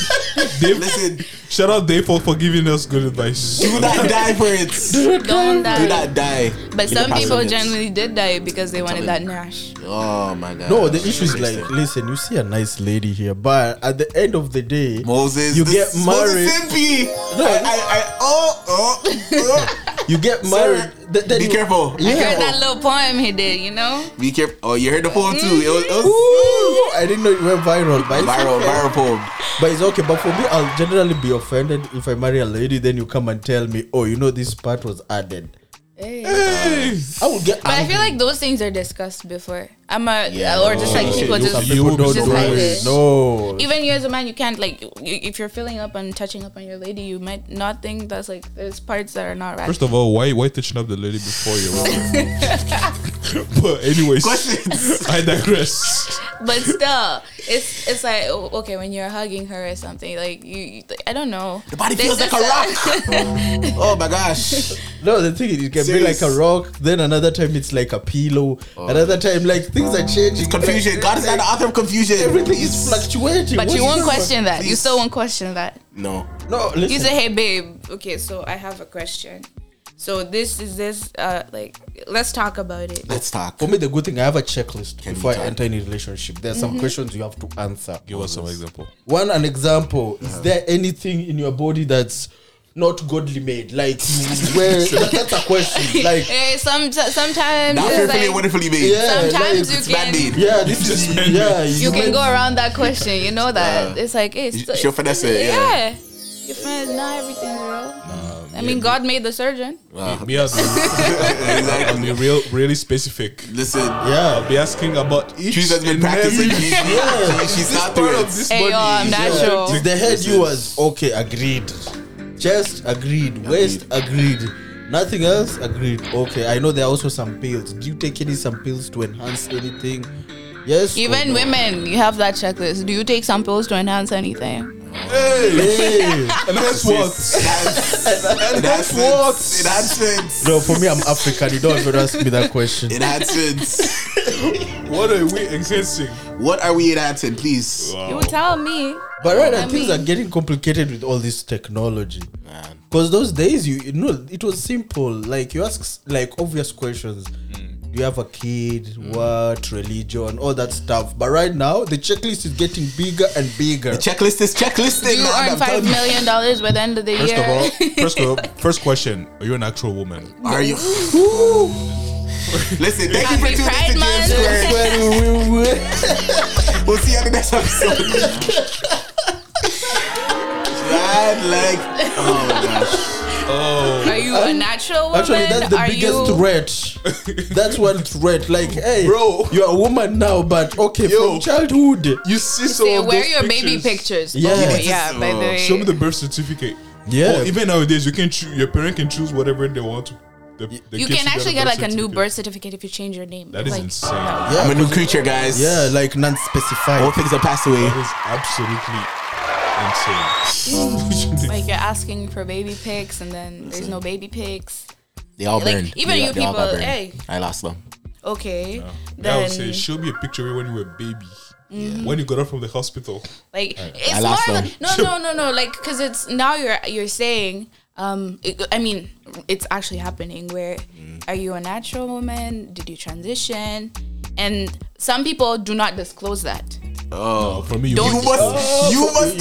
Dave, listen, shout out Dave for, for giving us good advice. do not die for it. Don't Do die. not die. But in the some people past minutes. generally did die because they wanted that nyash. Oh my god. No, the issue is Interesting. like, listen, you see a nice lady here, but at the end of the day, Moses. you this get is married. Moses Impy. I, I, I, oh, oh, oh. you get married. th- then Be you- careful. I Yeah. heard that little poem he did, you know? Be careful. Oh, you heard the poem too. It was, it was Ooh, I didn't know it went viral, but it's viral, okay. viral poem. But it's okay. But for me, I'll generally be offended if I marry a lady, then you come and tell me, oh, you know, this part was added. I will get. But I angry. feel like those things are discussed before. I'm a, Yeah. or just like Oh, people okay. some just, people you don't just do hide it. it. No, even you as a man, you can't like, you, if you're filling up and touching up on your lady, you might not think that's like, there's parts that are not right. First of all, why why touching up the lady before you? but anyways, Questions? I digress. but still, it's it's like o- okay when you're hugging her or something like you. you I don't know. The body feels like a Oh my gosh. no. The thing is, it can Serious. be like a rock. Then another time, it's like a pillow. Another time, like things are changing. Oh. Confusion. God is not the author of confusion. Everything is fluctuating. But What is you won't going on? question that. You Please. still won't question that. No. No, listen. You say, hey babe, okay, so I have a question. So this is this uh like let's talk about it. Let's talk. For me, the good thing I have a checklist Can before we I talk? enter any relationship. There are Mm-hmm. some questions you have to answer. Give us some example. One, an example: Is there anything in your body that's not godly made? Like you wear. that- that's a question. Like Eh, some, sometimes Not it's fearfully, like, and wonderfully made. Yeah. like, sometimes you It's bad can deed. yeah, this is Just- yeah. you made- can go around that question. You know that Yeah. it's like hey, it's, she'll finesse it, yeah. yeah. Your friends, not everything's real. I mean, God made the surgeon. Me as I'll be real, really specific. Listen. Yeah. I'll be asking about each She's has been and practicing. every She- Yeah. she- She's this not part through of it. this Hey, body. yo, I'm not sure. If the head you was okay, agreed. Chest agreed. Waist agreed. Nothing else agreed. Okay, I know there are also some pills. Do you take any some pills to enhance anything? Yes. or Even no? women, you have that checklist. Do you take some pills to enhance anything? Hey, and that's what. and that's what- It happens. No, for me, I'm African. You don't even ask me that question. It happens. What are we exerting? What are we enhancing, please? You tell me. But right I now, things mean- are getting complicated with all this technology. Because those days, you, you know, it was simple. Like, you ask, s- like, obvious questions. Hmm. Do you have a kid? What? Religion? All that stuff. But right now, the checklist is getting bigger and bigger. Checklist is checklisting. You man, earn I'm telling five you. million dollars by the end of the First year. of all, first of all, first question: Are you an actual woman? Are you? Listen, thank you for Happy tuning Pride in to James Month. Squared. We'll see you in the next episode. Right, like, oh my gosh. are you a natural woman? Actually, that's the are biggest you, threat. That's one threat. Like, hey, Bro. you're a woman now, but okay, Yo. from childhood. You see some Say, of where are those your pictures. baby pictures? Yeah. Oh, It's yeah. just- By the oh, way, Show me the birth certificate. Yeah. Or even nowadays, you can choose. Your parent can choose whatever they want. To, the, the you kids can to actually on get like the a new certificate. birth certificate if you change your name. That is like, insane. no. I'm a new creature, guys. Yeah, like non-specified. All things have passed away. That is absolutely insane. Mm. Like you're asking for baby pics and then there's no baby pics. They all Like, burned. even They- you they all got people, burned. hey. I lost them. Okay. Yeah, I would Then Mm. say, show me a picture of you when you were a baby. When you got out from the hospital. like I it's lost more them. like no no no no like because it's now you're you're saying um it- I mean it's actually happening where are you a natural woman did you transition and some people do not disclose that Oh, for me, you Don't- You must, Oh, you must you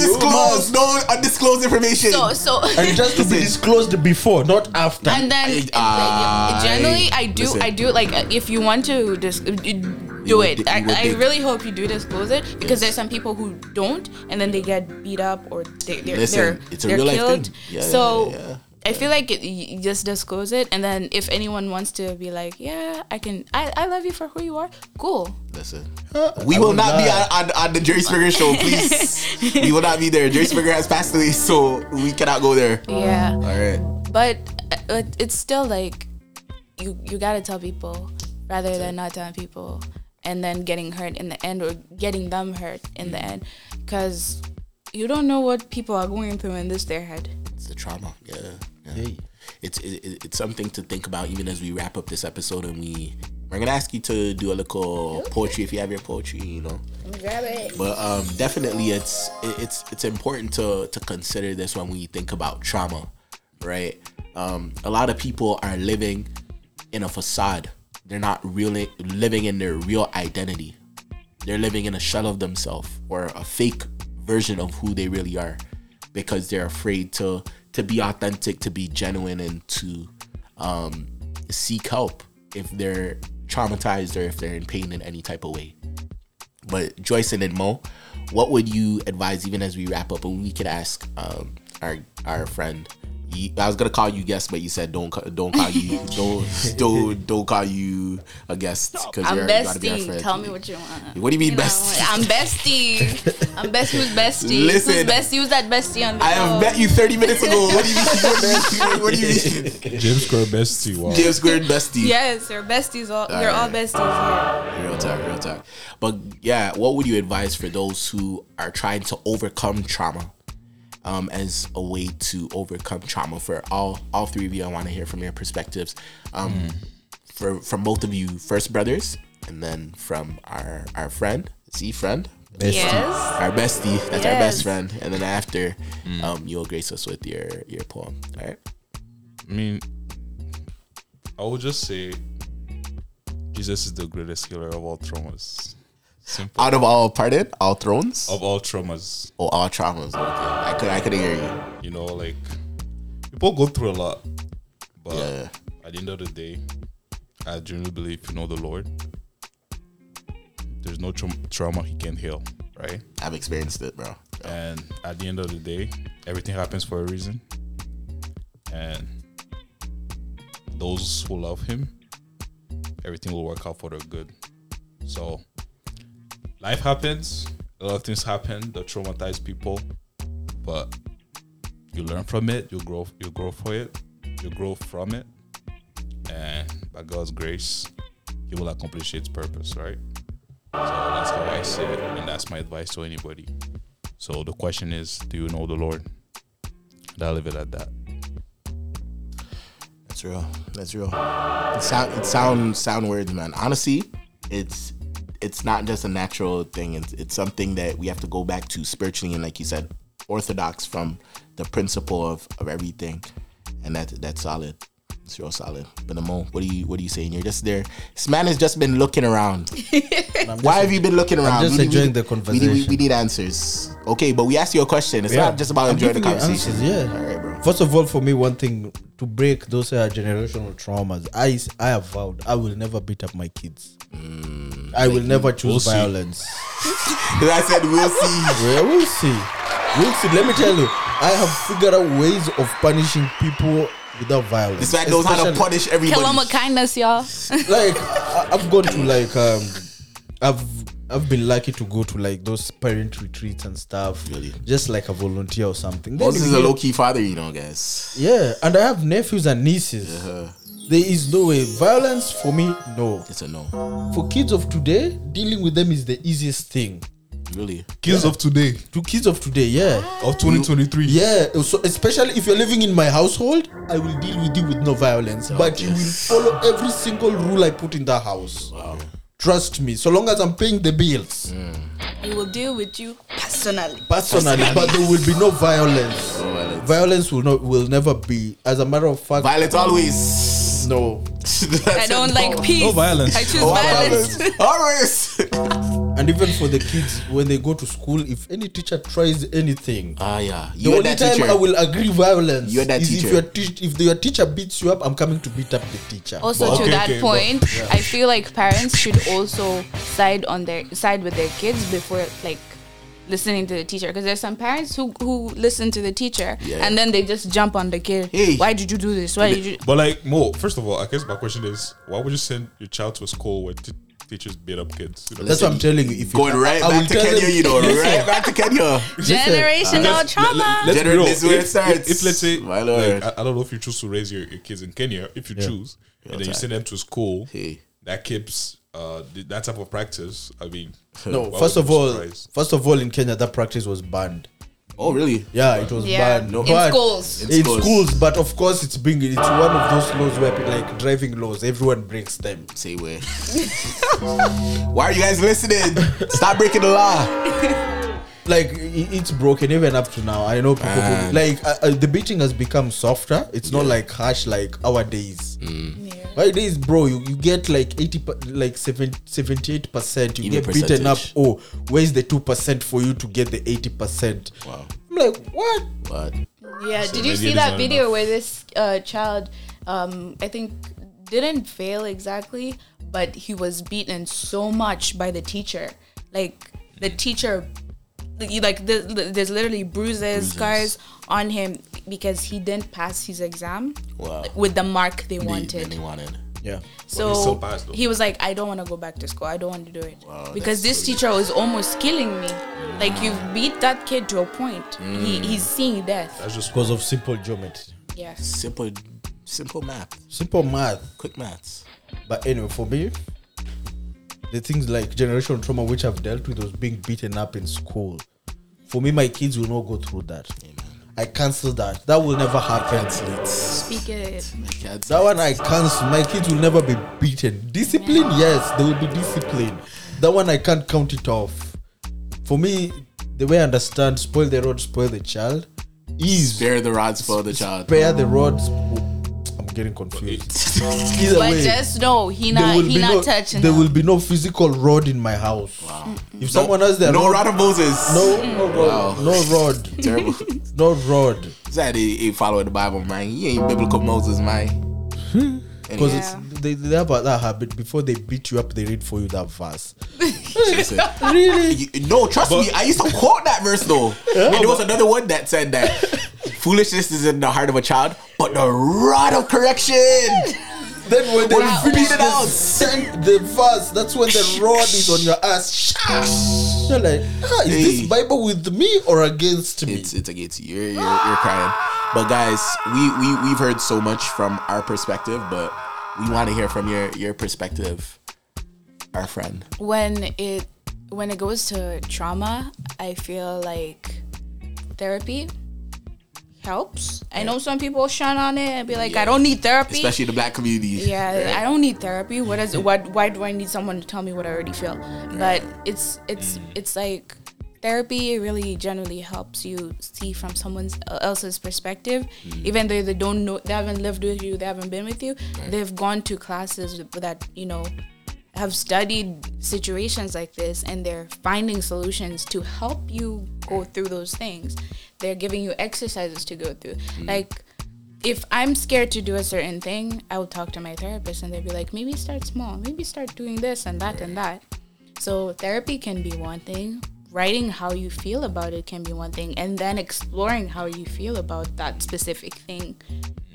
must. disclose. No undisclosed information. so so and just to be disclosed before, not after. and then I- I- generally I do listen. I do like uh, if you want to dis- uh, do will dig- it we I, will I dig. really hope you do disclose it because there's some people who don't and then they get beat up or they, they're Listen, they're, it's a they're real life killed thing. Yeah, so yeah, yeah, I feel like it, you just disclose it and then if anyone wants to be like yeah I can I, I love you for who you are cool Listen, we will will not be lie. on, on, on the Jerry Springer show, please. we will not be there. Jerry Springer has passed away, so we cannot go there. yeah All right. but uh, it- it's still like you you gotta tell people rather than not telling people and then getting hurt in the end or getting them hurt in the end because you don't know what people are going through in this their head It's the trauma. Yeah. yeah. It's it, it- it's something to think about even as we wrap up this episode and we we're gonna ask you to do a little poetry if you have your poetry, you know. But um, definitely, it's it- it's it's important to to consider this when we think about trauma, right? Um, a lot of people are living in a facade. They're not really living in their real identity. They're living in a shell of themselves or a fake version of who they really are, because they're afraid to to be authentic, to be genuine, and to um, seek help if they're traumatized or if they're in pain in any type of way but Joyson and Mo, what would you advise even as we wrap up? And we could ask um, our our friend. You, I was gonna call you guest, but you said don't ca- don't call you don't don't don't call you a guest because i'm you're you gotta be our bestie friend. tell me what you want What do you mean know, bestie? i'm bestie i'm best who's bestie Listen. who's bestie who's that bestie on the I have show? met you 30 minutes ago. What do you mean? What do you mean? James Square bestie. Wow. James squared bestie. yes you're besties all you're all Alright. besties here. Real talk, real talk. But yeah, what would you advise for those who are trying to overcome trauma? Um, as a way to overcome trauma for all all three of you, I want to hear from your perspectives. Um, for from both of you, first brothers, and then from our our friend, see friend, yes our bestie. That's our best Yes. friend. And then after, um, you'll grace us with your your poem. All right. I mean, I would just say Jesus is the greatest healer of all traumas. Simple. Out of all, pardon, all thrones, Of all traumas, oh, all traumas. Okay, I could I could hear you. you know, like people go through a lot, but Yeah. at the end of the day, I genuinely believe you know the Lord. There's no tra- trauma he can't heal, right? I've experienced it, bro. And at the end of the day, everything happens for a reason. And those who love him, everything will work out for their good. So life happens, a lot of things happen that traumatize people, but you learn from it, you grow you grow for it, you grow from it. And by God's grace, he will accomplish its purpose, right? So that's how I see it, and that's my advice to anybody. So the question is, do you know the Lord? And I'll leave it at that. That's real. That's real. It sound it sound sound words, man. Honestly, it's it's not just a natural thing. It's it's something that we have to go back to spiritually and like you said, orthodox from the principle of, of everything. And that that's solid. It's real solid. But Amo, what are you what are you saying? You're just there. This man has just been looking around. Why have you been looking around? just need- enjoying the need- we need- We, conversation. need answers. Okay, but we asked you a question. It's not just about I'm enjoying the giving you conversation. answers, yeah. All right, bro. First of all, for me, one thing to break those uh, generational traumas. I s- I have vowed I will never beat up my kids. Mm, I will never choose We'll see. violence. I said we'll see. Well, we'll see. We'll see. Let me tell you, I have figured out ways of punishing people without violence. This man knows how to Especially- punish everybody. Kill them with kindness, y'all. like I- I've gone to like um, I've I've been lucky to go to like those parent retreats and stuff, Really? just like a volunteer or something. Then Moses you is a hear- low key father, you know, guys. Yeah, and I have nephews and nieces. There is no way violence for me. No, It's a no. for kids of today, dealing with them is the easiest thing. Really? Kids of today, To kids of today, yeah, of 2023. yeah. So especially if you're living in my household, I will deal with you with no violence, Oh, but you will follow every single rule I put in that house. Trust me. So long as I'm paying the bills. Mm. We will deal with you personally. personally, but there will be no violence. No violence. Violence will not will never be. As a matter of fact, Violence always. no. I don't like peace. No violence. I choose Oh, violence. violence. Horrors. And even for the kids, when they go to school, if any teacher tries anything, Ah, yeah. the You and only that time teacher. I will agree violence You're that is teacher. if your teach if your teacher beats you up, I'm coming to beat up the teacher. Also, Okay, to that okay, but- point, I feel like parents should also side on their side with their kids before like listening to the teacher. Because there's some parents who who listen to the teacher Yeah. and then they just jump on the kid. Hey. Why did you do this? Why did you? But like Mo, first of all, I guess my question is, why would you send your child to a school where t- teachers beat up kids? You know? That's what I'm telling you. If you Going right I will back to tell Kenya, them- you know. Listen, Right back to Kenya. Generational Let's- let- trauma. let's Gener- be real. this is where it If- if- starts. If, let's say, My lord. like, I, I don't know if you choose to raise your, your kids in Kenya, if you choose, and then you send them to school, Hey. that keeps uh, th- that type of practice. I mean, no, why first would of you all, surprise? first of all, in Kenya, that practice was banned. Oh, really? Yeah, it was yeah, banned. in But- schools. in schools. schools. but of course it's being it's one of those laws where people, like driving laws everyone breaks them Say where. Why are you guys listening? Stop breaking the law. like i- it's broken even up to now i know people who, Man. like uh, uh, the beating has become softer it's not like harsh like our days our days bro you, you get like 80 per- like 7 78 percent you Even get beaten up percentage. oh where's the 2 percent for you to get the 80 percent Wow. i'm like what But Yeah, did you maybe see it that isn't video enough. where this uh, child, um, I think, didn't fail exactly, but he was beaten so much by the teacher. Like, the teacher, like, you- like the, the, there's literally bruises, scars on him because he didn't pass his exam Wow. like, with the mark they wanted. They, wanted. wanted. yeah So he still passed, though. he was like, I don't want to go back to school. I don't want to do it because this teacher was almost killing me. Like you beat that kid to a point. Mm. He, he's seeing death. that's just because of simple geometry Yes. Simple, simple math. simple math Quick maths. But anyway, for me, the things like generational trauma which I've dealt with was being beaten up in school. For me, my kids will not go through that. I cancel that. That will never happen. Speak it. Kids. That one I cancel. My kids will never be beaten. Discipline, yes, they will be disciplined. That one I can't count it off. For me, the way I understand, spoil the road, spoil the child, is Spare the rod, spoil the child. spare the rods. I'm getting confused. Either But way, just know he there not will he be not no, touching. there them. will be no physical rod in my house. If someone has their No rod, rod of Moses. no, no Wow. rod, no rod, Terrible. no rod, That he ain't following the Bible, man. He ain't biblical Moses, man. because Anyway, it's they, they have that habit. Before they beat you up, they read for you that verse. listen. You- no, trust me. I used to quote that verse though. and there was another one that said that foolishness is in the heart of a child, but the rod of correction. Then when they Wow. finish Beat it the, out. sen- the verse, that's when the rod is on your ass. Shah! You're like, ah, is Hey. this Bible with me or against me? It's it's against you. You're, you're, you're crying. But guys, we we we've heard so much from our perspective, but we want to hear from your your perspective, our friend. when it when it goes to trauma, I feel like therapy helps. I know some people shun on it and be like, I don't need therapy. especially the black community. yeah, I don't need therapy. What is what? Why do I need someone to tell me what I already feel? But it's it's it's like therapy really generally helps you see from someone else's perspective, even though they don't know, they haven't lived with you, they haven't been with you. They've gone to classes that you know have studied situations like this and they're finding solutions to help you go through those things. They're giving you exercises to go through. Like if I'm scared to do a certain thing, I would talk to my therapist and they'd be like, maybe start small, maybe start doing this and that and that. So therapy can be one thing. Writing how you feel about it can be one thing, and then exploring how you feel about that specific thing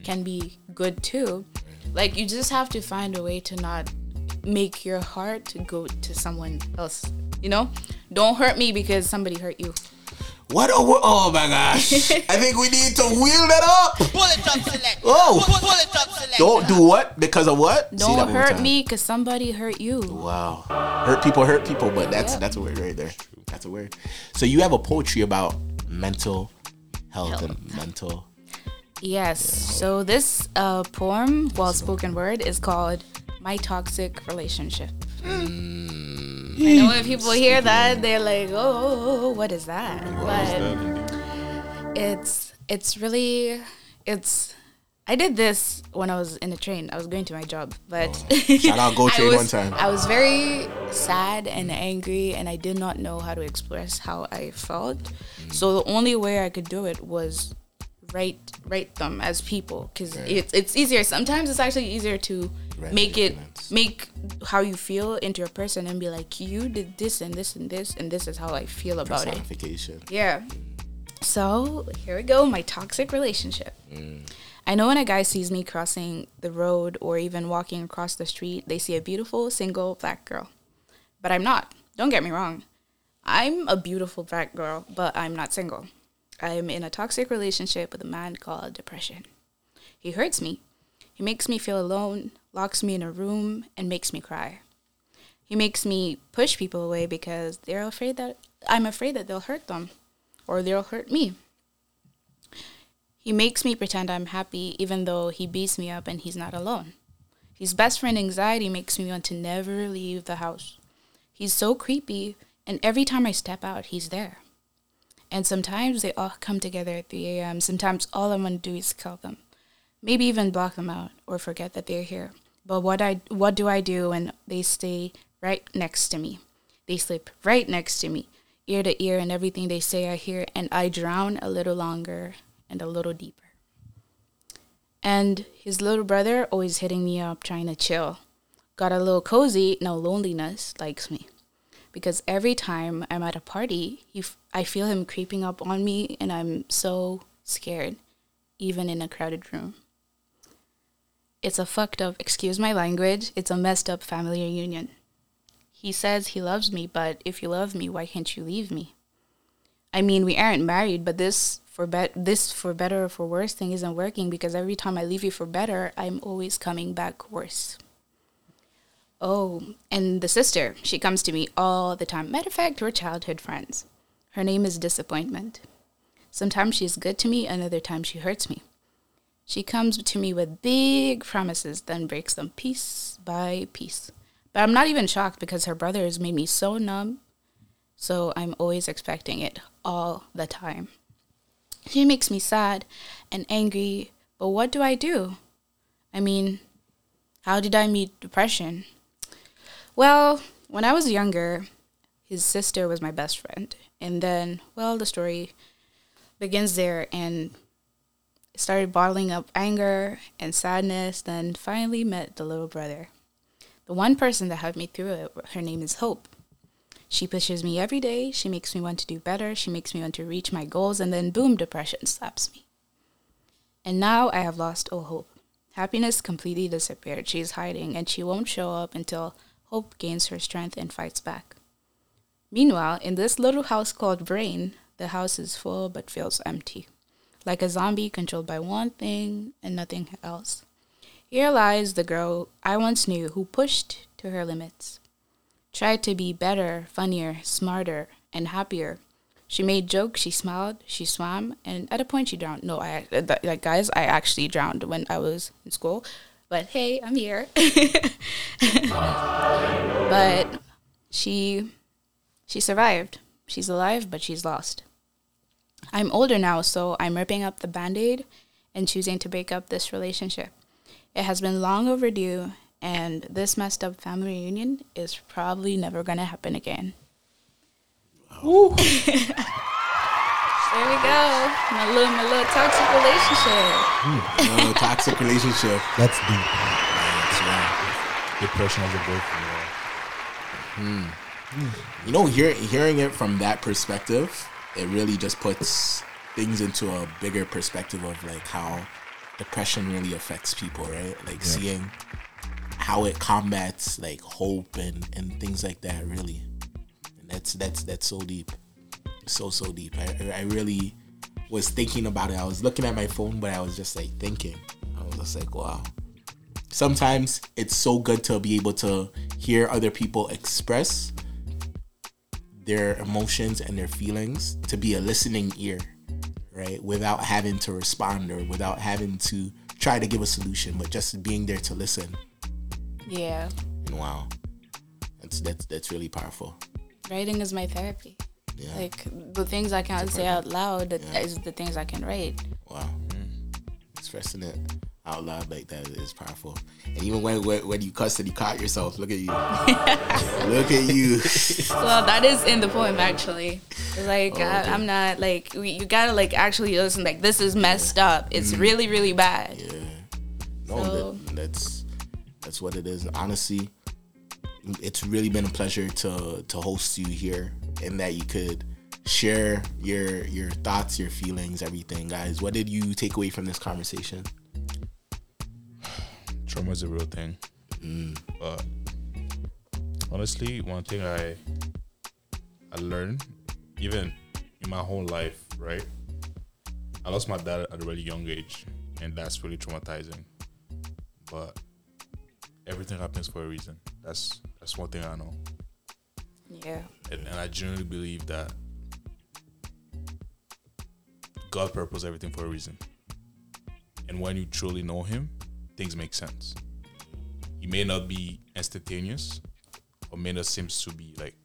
can be good too. Like you just have to find a way to not make your heart go to someone else. You know, don't hurt me because somebody hurt you. What? A, wo- oh my gosh! I think we need to wheel that up. Pull it up select. Oh. Pull, pull it up select. Don't do what because of what? See that Don't one more hurt time. me because somebody hurt you. Wow, hurt people hurt people, but that's Yeah. that's a word right there. That's a word. So you have a poetry about mental health, and mental. Yes. So this uh, poem, well spoken word, is called "My Toxic Relationship." Mm. I know when people hear that, they're like, "Oh, what is that?" But it's it's really it's I did this when I was in a train. I was going to my job, but Oh. Shout out Go I Train was- one time. I was very sad and angry, and I did not know how to express how I felt. Mm. So the only way I could do it was write write them as people, because it's it's easier. Sometimes it's actually easier to Write make your it feelings. make how you feel into a person and be like, you did this and this and this, and this is how I feel about it. personification. Yeah. So here we go. My toxic relationship. I know when a guy sees me crossing the road or even walking across the street, they see a beautiful single black girl. But I'm not. Don't get me wrong. I'm a beautiful black girl, but I'm not single. I'm in a toxic relationship with a man called depression. He hurts me. He makes me feel alone, locks me in a room, and makes me cry. He makes me push people away because they're afraid that I'm afraid that they'll hurt them or they'll hurt me. He makes me pretend I'm happy even though he beats me up and he's not alone. His best friend anxiety makes me want to never leave the house. He's so creepy, and every time I step out, he's there. And sometimes they all come together at 3 a.m. Sometimes all I want to do is kill them maybe even block them out or forget that they're here. But what I what do I do when they stay right next to me? They sleep right next to me, ear to ear, and everything they say I hear, and I drown a little longer and a little deeper. And his little brother always hitting me up trying to chill. Got a little cozy, now loneliness likes me. Because every time I'm at a party, he f- I feel him creeping up on me, and I'm so scared, even in a crowded room. It's a fucked up, excuse my language, it's a messed up family reunion. He says he loves me, but if you love me, why can't you leave me? I mean, we aren't married, but this for bet this for better or for worse thing isn't working because every time I leave you for better, I'm always coming back worse. Oh, and the sister, she comes to me all the time. Matter of fact, we're childhood friends. Her name is Disappointment. Sometimes she's good to me, another time she hurts me. She comes to me with big promises, then breaks them piece by piece. But I'm not even shocked because her brother has made me so numb, so I'm always expecting it all the time. She makes me sad and angry, but what do I do? I mean, how did I meet depression? Well, when I was younger, his sister was my best friend. And then, well, the story begins there and started bottling up anger and sadness, then finally met the little brother. The one person that helped me through it, her name is Hope. She pushes me every day. She makes me want to do better. She makes me want to reach my goals. And then, boom, depression slaps me. And now I have lost all hope. Happiness completely disappeared. She's hiding, and she won't show up until hope gains her strength and fights back. Meanwhile, in this little house called Brain, the house is full but feels empty, like a zombie controlled by one thing and nothing else. Here lies the girl I once knew who pushed to her limits, tried to be better, funnier, smarter, and happier. She made jokes. She smiled. She swam, and at a point she drowned. No, I uh, th- like guys. I actually drowned when I was in school, but hey, I'm here. but she she survived. She's alive, but she's lost. I'm older now, so I'm ripping up the band aid and choosing to break up this relationship. It has been long overdue, and this messed up family reunion is probably never gonna happen again. there we go. My little, my little toxic relationship. Uh, toxic relationship. That's deep. That's right. Depression as a boyfriend. yeah. You know, hear, hearing it from that perspective, it really just puts things into a bigger perspective of like how depression really affects people, right? Like seeing how it combats like hope and and things like that. Really, and that's that's that's so deep, so so deep. I I- I really was thinking about it. I was looking at my phone, but I was just like thinking. I was just like, wow. Sometimes it's so good to be able to hear other people express their emotions and their feelings to be a listening ear, right? Without having to respond or without having to try to give a solution, but just being there to listen. Yeah, And wow, that's that's that's really powerful. writing is my therapy. Yeah. Like the things I can't say out loud that is the things I can write. Wow. Expressing it out loud like that is powerful. And even when when, when you cuss and you caught yourself, look at you. look at you. Well, that is in the poem actually. Like I, I'm not like we, you gotta like actually listen. Like this is messed up. It's really really bad. Yeah. No, So- that, that's that's what it is. Honestly, it's really been a pleasure to to host you here and that you could share your your thoughts, your feelings, everything. Guys, what did you take away from this conversation? trauma is a real thing. But honestly, one thing I I learned, even in my whole life, right? I lost my dad at a really young age, and that's really traumatizing. But everything happens for a reason. That's that's one thing I know, Yeah. and, and I genuinely believe that God purpose everything for a reason. And when you truly know Him, things make sense. It may not be instantaneous, or may not seems to be like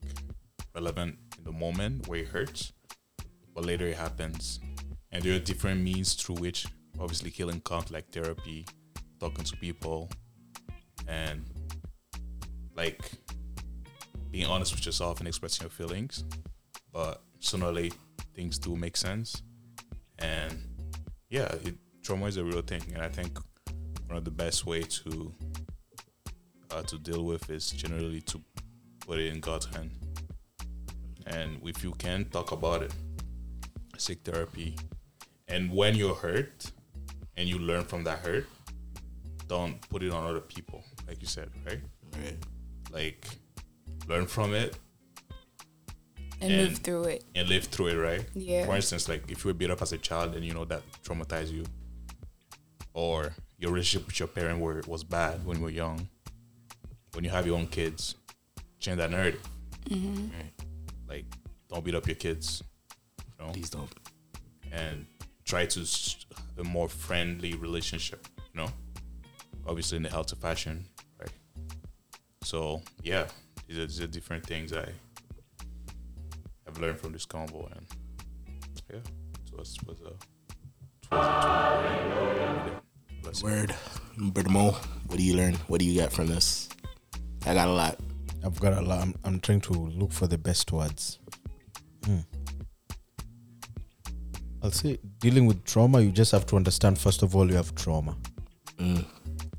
relevant in the moment where it hurts, but later it happens. And there are different means through which, obviously, healing comes, like therapy, talking to people, and like being honest with yourself and expressing your feelings. But sooner or later, things do make sense. And yeah, it, trauma is a real thing, and I think one of the best way to uh, to deal with is generally to put it in God's hand. And if you can talk about it, seek therapy, and when you're hurt and you learn from that hurt, don't put it on other people, like you said, right? Right. Like learn from it And, And- move through it. and live through it, right? Yeah. For instance, like if you were beat up as a child and you know that traumatized you, or your relationship with your parent were, was bad when you were young, when you have your own kids, change that narrative. Right? Like, don't beat up your kids, you know, Please don't. and try to s- have a more friendly relationship, you know, obviously in a healthy fashion, right? So, yeah, these are, these are different things I have learned from this convo, and yeah, it was, was a, it was a blessing. Word. Brother Mo, what do you learn? What do you get from this? I got a lot. I've got a lot. I'm, I'm trying to look for the best words. Hmm. I'll say dealing with trauma, you just have to understand first of all, you have trauma. Mm.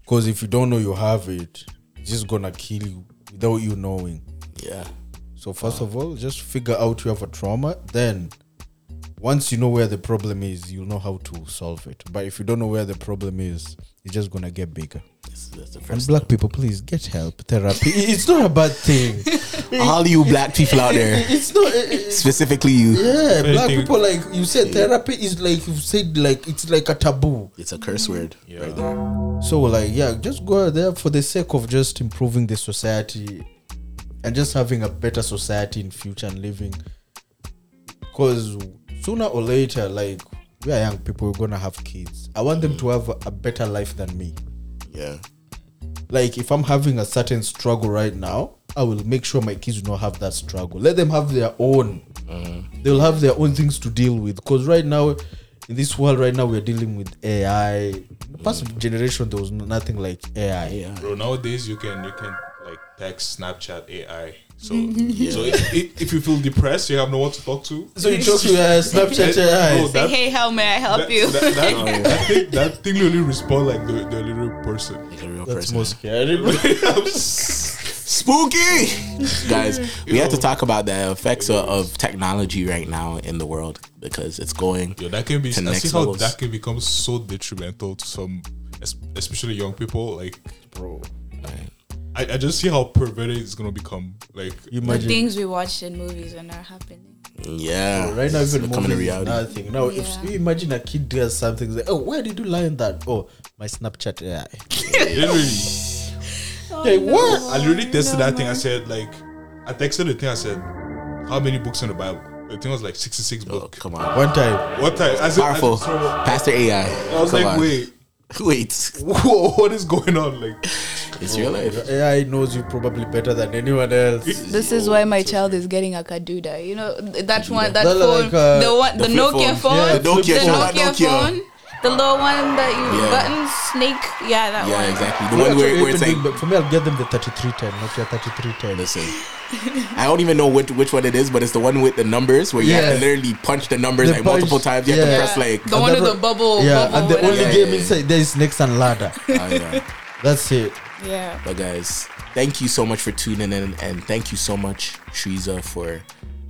Because if you don't know you have it, it's just going to kill you without you knowing. Yeah. So, first of all, just figure out you have a trauma. Then, once you know where the problem is, you'll know how to solve it. But if you don't know where the problem is, it's just going to get bigger. This, that's the And first. black people, please get help. Therapy. It's not a bad thing. All you black people out there, It's not. it- it- specifically you. Yeah, Very black thing. people like you said therapy is like you said like it's like a taboo. It's a curse word Yeah. right there. So like yeah, just go out there for the sake of just improving the society and just having a better society in future and living because sooner or later, like we are young people, we're gonna have kids. I want them Mm. to have a better life than me. Yeah. Like if I'm having a certain struggle right now, I will make sure my kids do not have that struggle. Let them have their own. Mm. They'll have their own things to deal with. Because right now, in this world right now, we're dealing with AI. In the past generation, there was nothing like AI. Mm. Yeah. Bro, nowadays you can you can like text Snapchat AI. So so if, if, if you feel depressed, you have no one to talk to. So you talk to uh, Snapchat Bro, Oh, AI. that- Say, hey, how may I help that, you? That, that, that thing, that thing really respond like the, the little person. Like a real That's person. more scary. bro. Spooky, guys. We have to talk about the effects of, of technology right now in the world because it's going. Yo, that can be. To I next see how levels. that can become so detrimental to some, es- especially young people. Like, bro, I, I just see how perverted it's gonna become. Like, You The imagine. things we watched in movies are not happening. Yeah, Right now, it's even becoming a movies is reality. nothing. Now, Yeah. if you imagine a kid does something, it's like, oh, why did you lie on that? Oh, my Snapchat AI. literally. Oh, Hey, what? I literally tested that thing. I said like, I texted the thing. I said, how many books in the Bible? The thing was like sixty six Oh, books. come on. One time, What time? I said, I Powerful. just saw- Pastor AI. I was come like, on. wait, Wait. whoa, what is going on? Like, It's real life. AI knows you probably better than anyone else. This is why my child is getting a Kaduda. You know th- that one, that They're phone, like, uh, the one, the, the flip Nokia phone. phone, Yeah, the the Nokia Nokia, phone. Nokia. phone, the little one that you Yeah. gotten snake. Yeah, that Yeah, one. exactly. The You one where, actually where it's even like, do- but for me, I'll get them the 33 time, not your 33 time. listen. I don't even know which, which one it is, but it's the one with the numbers where you have to Yeah. literally punch the numbers The like multiple punch, times. You yeah. have to press like. The one And with that the bubble. Yeah, bubble, and the only whatever. Yeah, game yeah, yeah. inside there is snakes and ladder. Oh, yeah. That's it. yeah. But guys, thank you so much for tuning in, and thank you so much, Shriza, for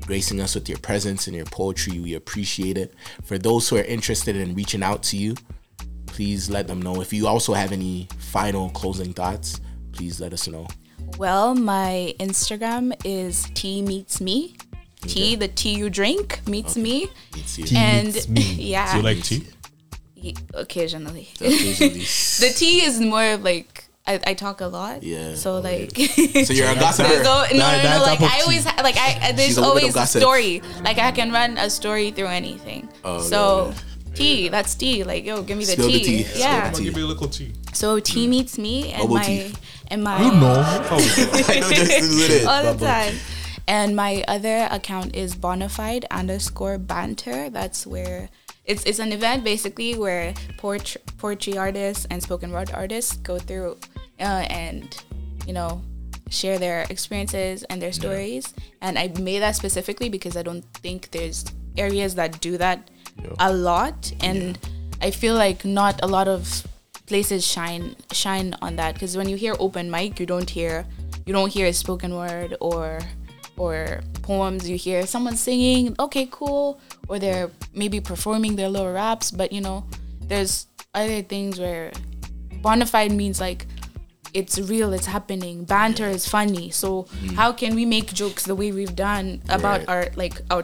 gracing us with your presence and your poetry. We appreciate it. For those who are interested in reaching out to you, please let them know. If you also have any final closing thoughts, please let us know. Well, my Instagram is T meets me. T the tea you drink meets me. It's you. and meets me. yeah, you like tea? y- occasionally. Occasionally. the tea is more of like I, I talk a lot. Yeah, So okay. like. So you're a gossiper. There's al- no, That- no, no, that no. Like type of I always ha- like I I- She's there's a woman of always a gossip. story. Like I can run a story through anything. Oh, so tea, that's tea. Like yo, give me the Spill the tea. tea. Yeah. I'm gonna give you a little tea. So tea meets me and Bubble my tea. and my You know, how we I know this is it. all the time. And my other account is bonafide underscore banter. That's where it's it's an event basically where poetry, poetry artists and spoken word artists go through uh, and you know share their experiences and their stories. And I made that specifically because I don't think there's areas that do that a lot, and I feel like not a lot of places shine shine on that because when you hear open mic you don't hear you don't hear a spoken word or or poems you hear someone singing okay cool or they're maybe performing their little raps but you know there's other things where bonafide means like it's real it's happening banter is funny so how can we make jokes the way we've done about Mm. Right. our like our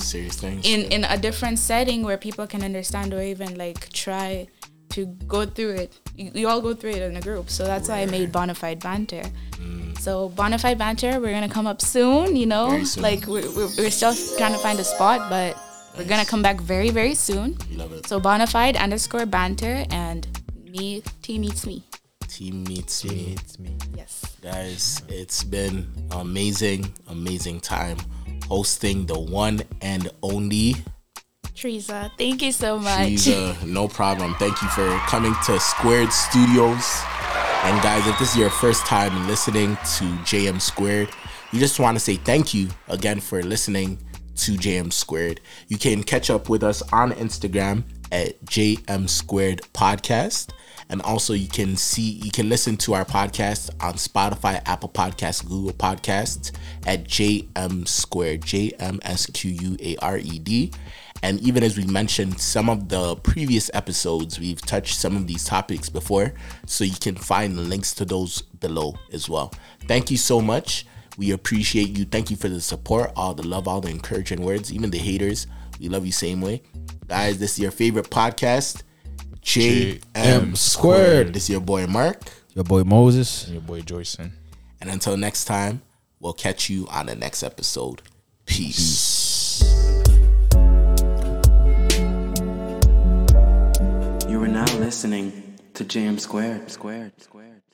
Serious things. in in a different setting where people can understand or even like try to go through it. You, you all go through it in a group, so that's why I made Bonafide Banter. So Bonafide Banter, we're gonna come up soon. You know, Mm. Very soon. like we're, we're, we're still trying to find a spot, but we're gonna come back very very soon. Love it. So Bonafide underscore Banter and me T meets me. Team meets me. It's me. Yes. Guys, it's been amazing, amazing time hosting the one and only Teresa, thank you so much. She's uh, no problem. Thank you for coming to Squared Studios. And guys, if this is your first time listening to JM Squared, we just want to say thank you again for listening to JM Squared. You can catch up with us on Instagram at JM Squared Podcast. And also you can see you can listen to our podcast on Spotify, Apple Podcasts, Google Podcasts at JM Squared, J M S Q U A R E D. And even as we mentioned some of the previous episodes, we've touched some of these topics before, so you can find links to those below as well. Thank you so much. We appreciate you. Thank you for the support, all the love, all the encouraging words, even the haters. We love you same way. Guys, this is your favorite podcast, JM JM Squared. This is your boy Mark. Your boy Moses. Your boy Joyson. And until next time, we'll catch you on the next episode. Peace. listening to Jam Squared. Squared. Squared.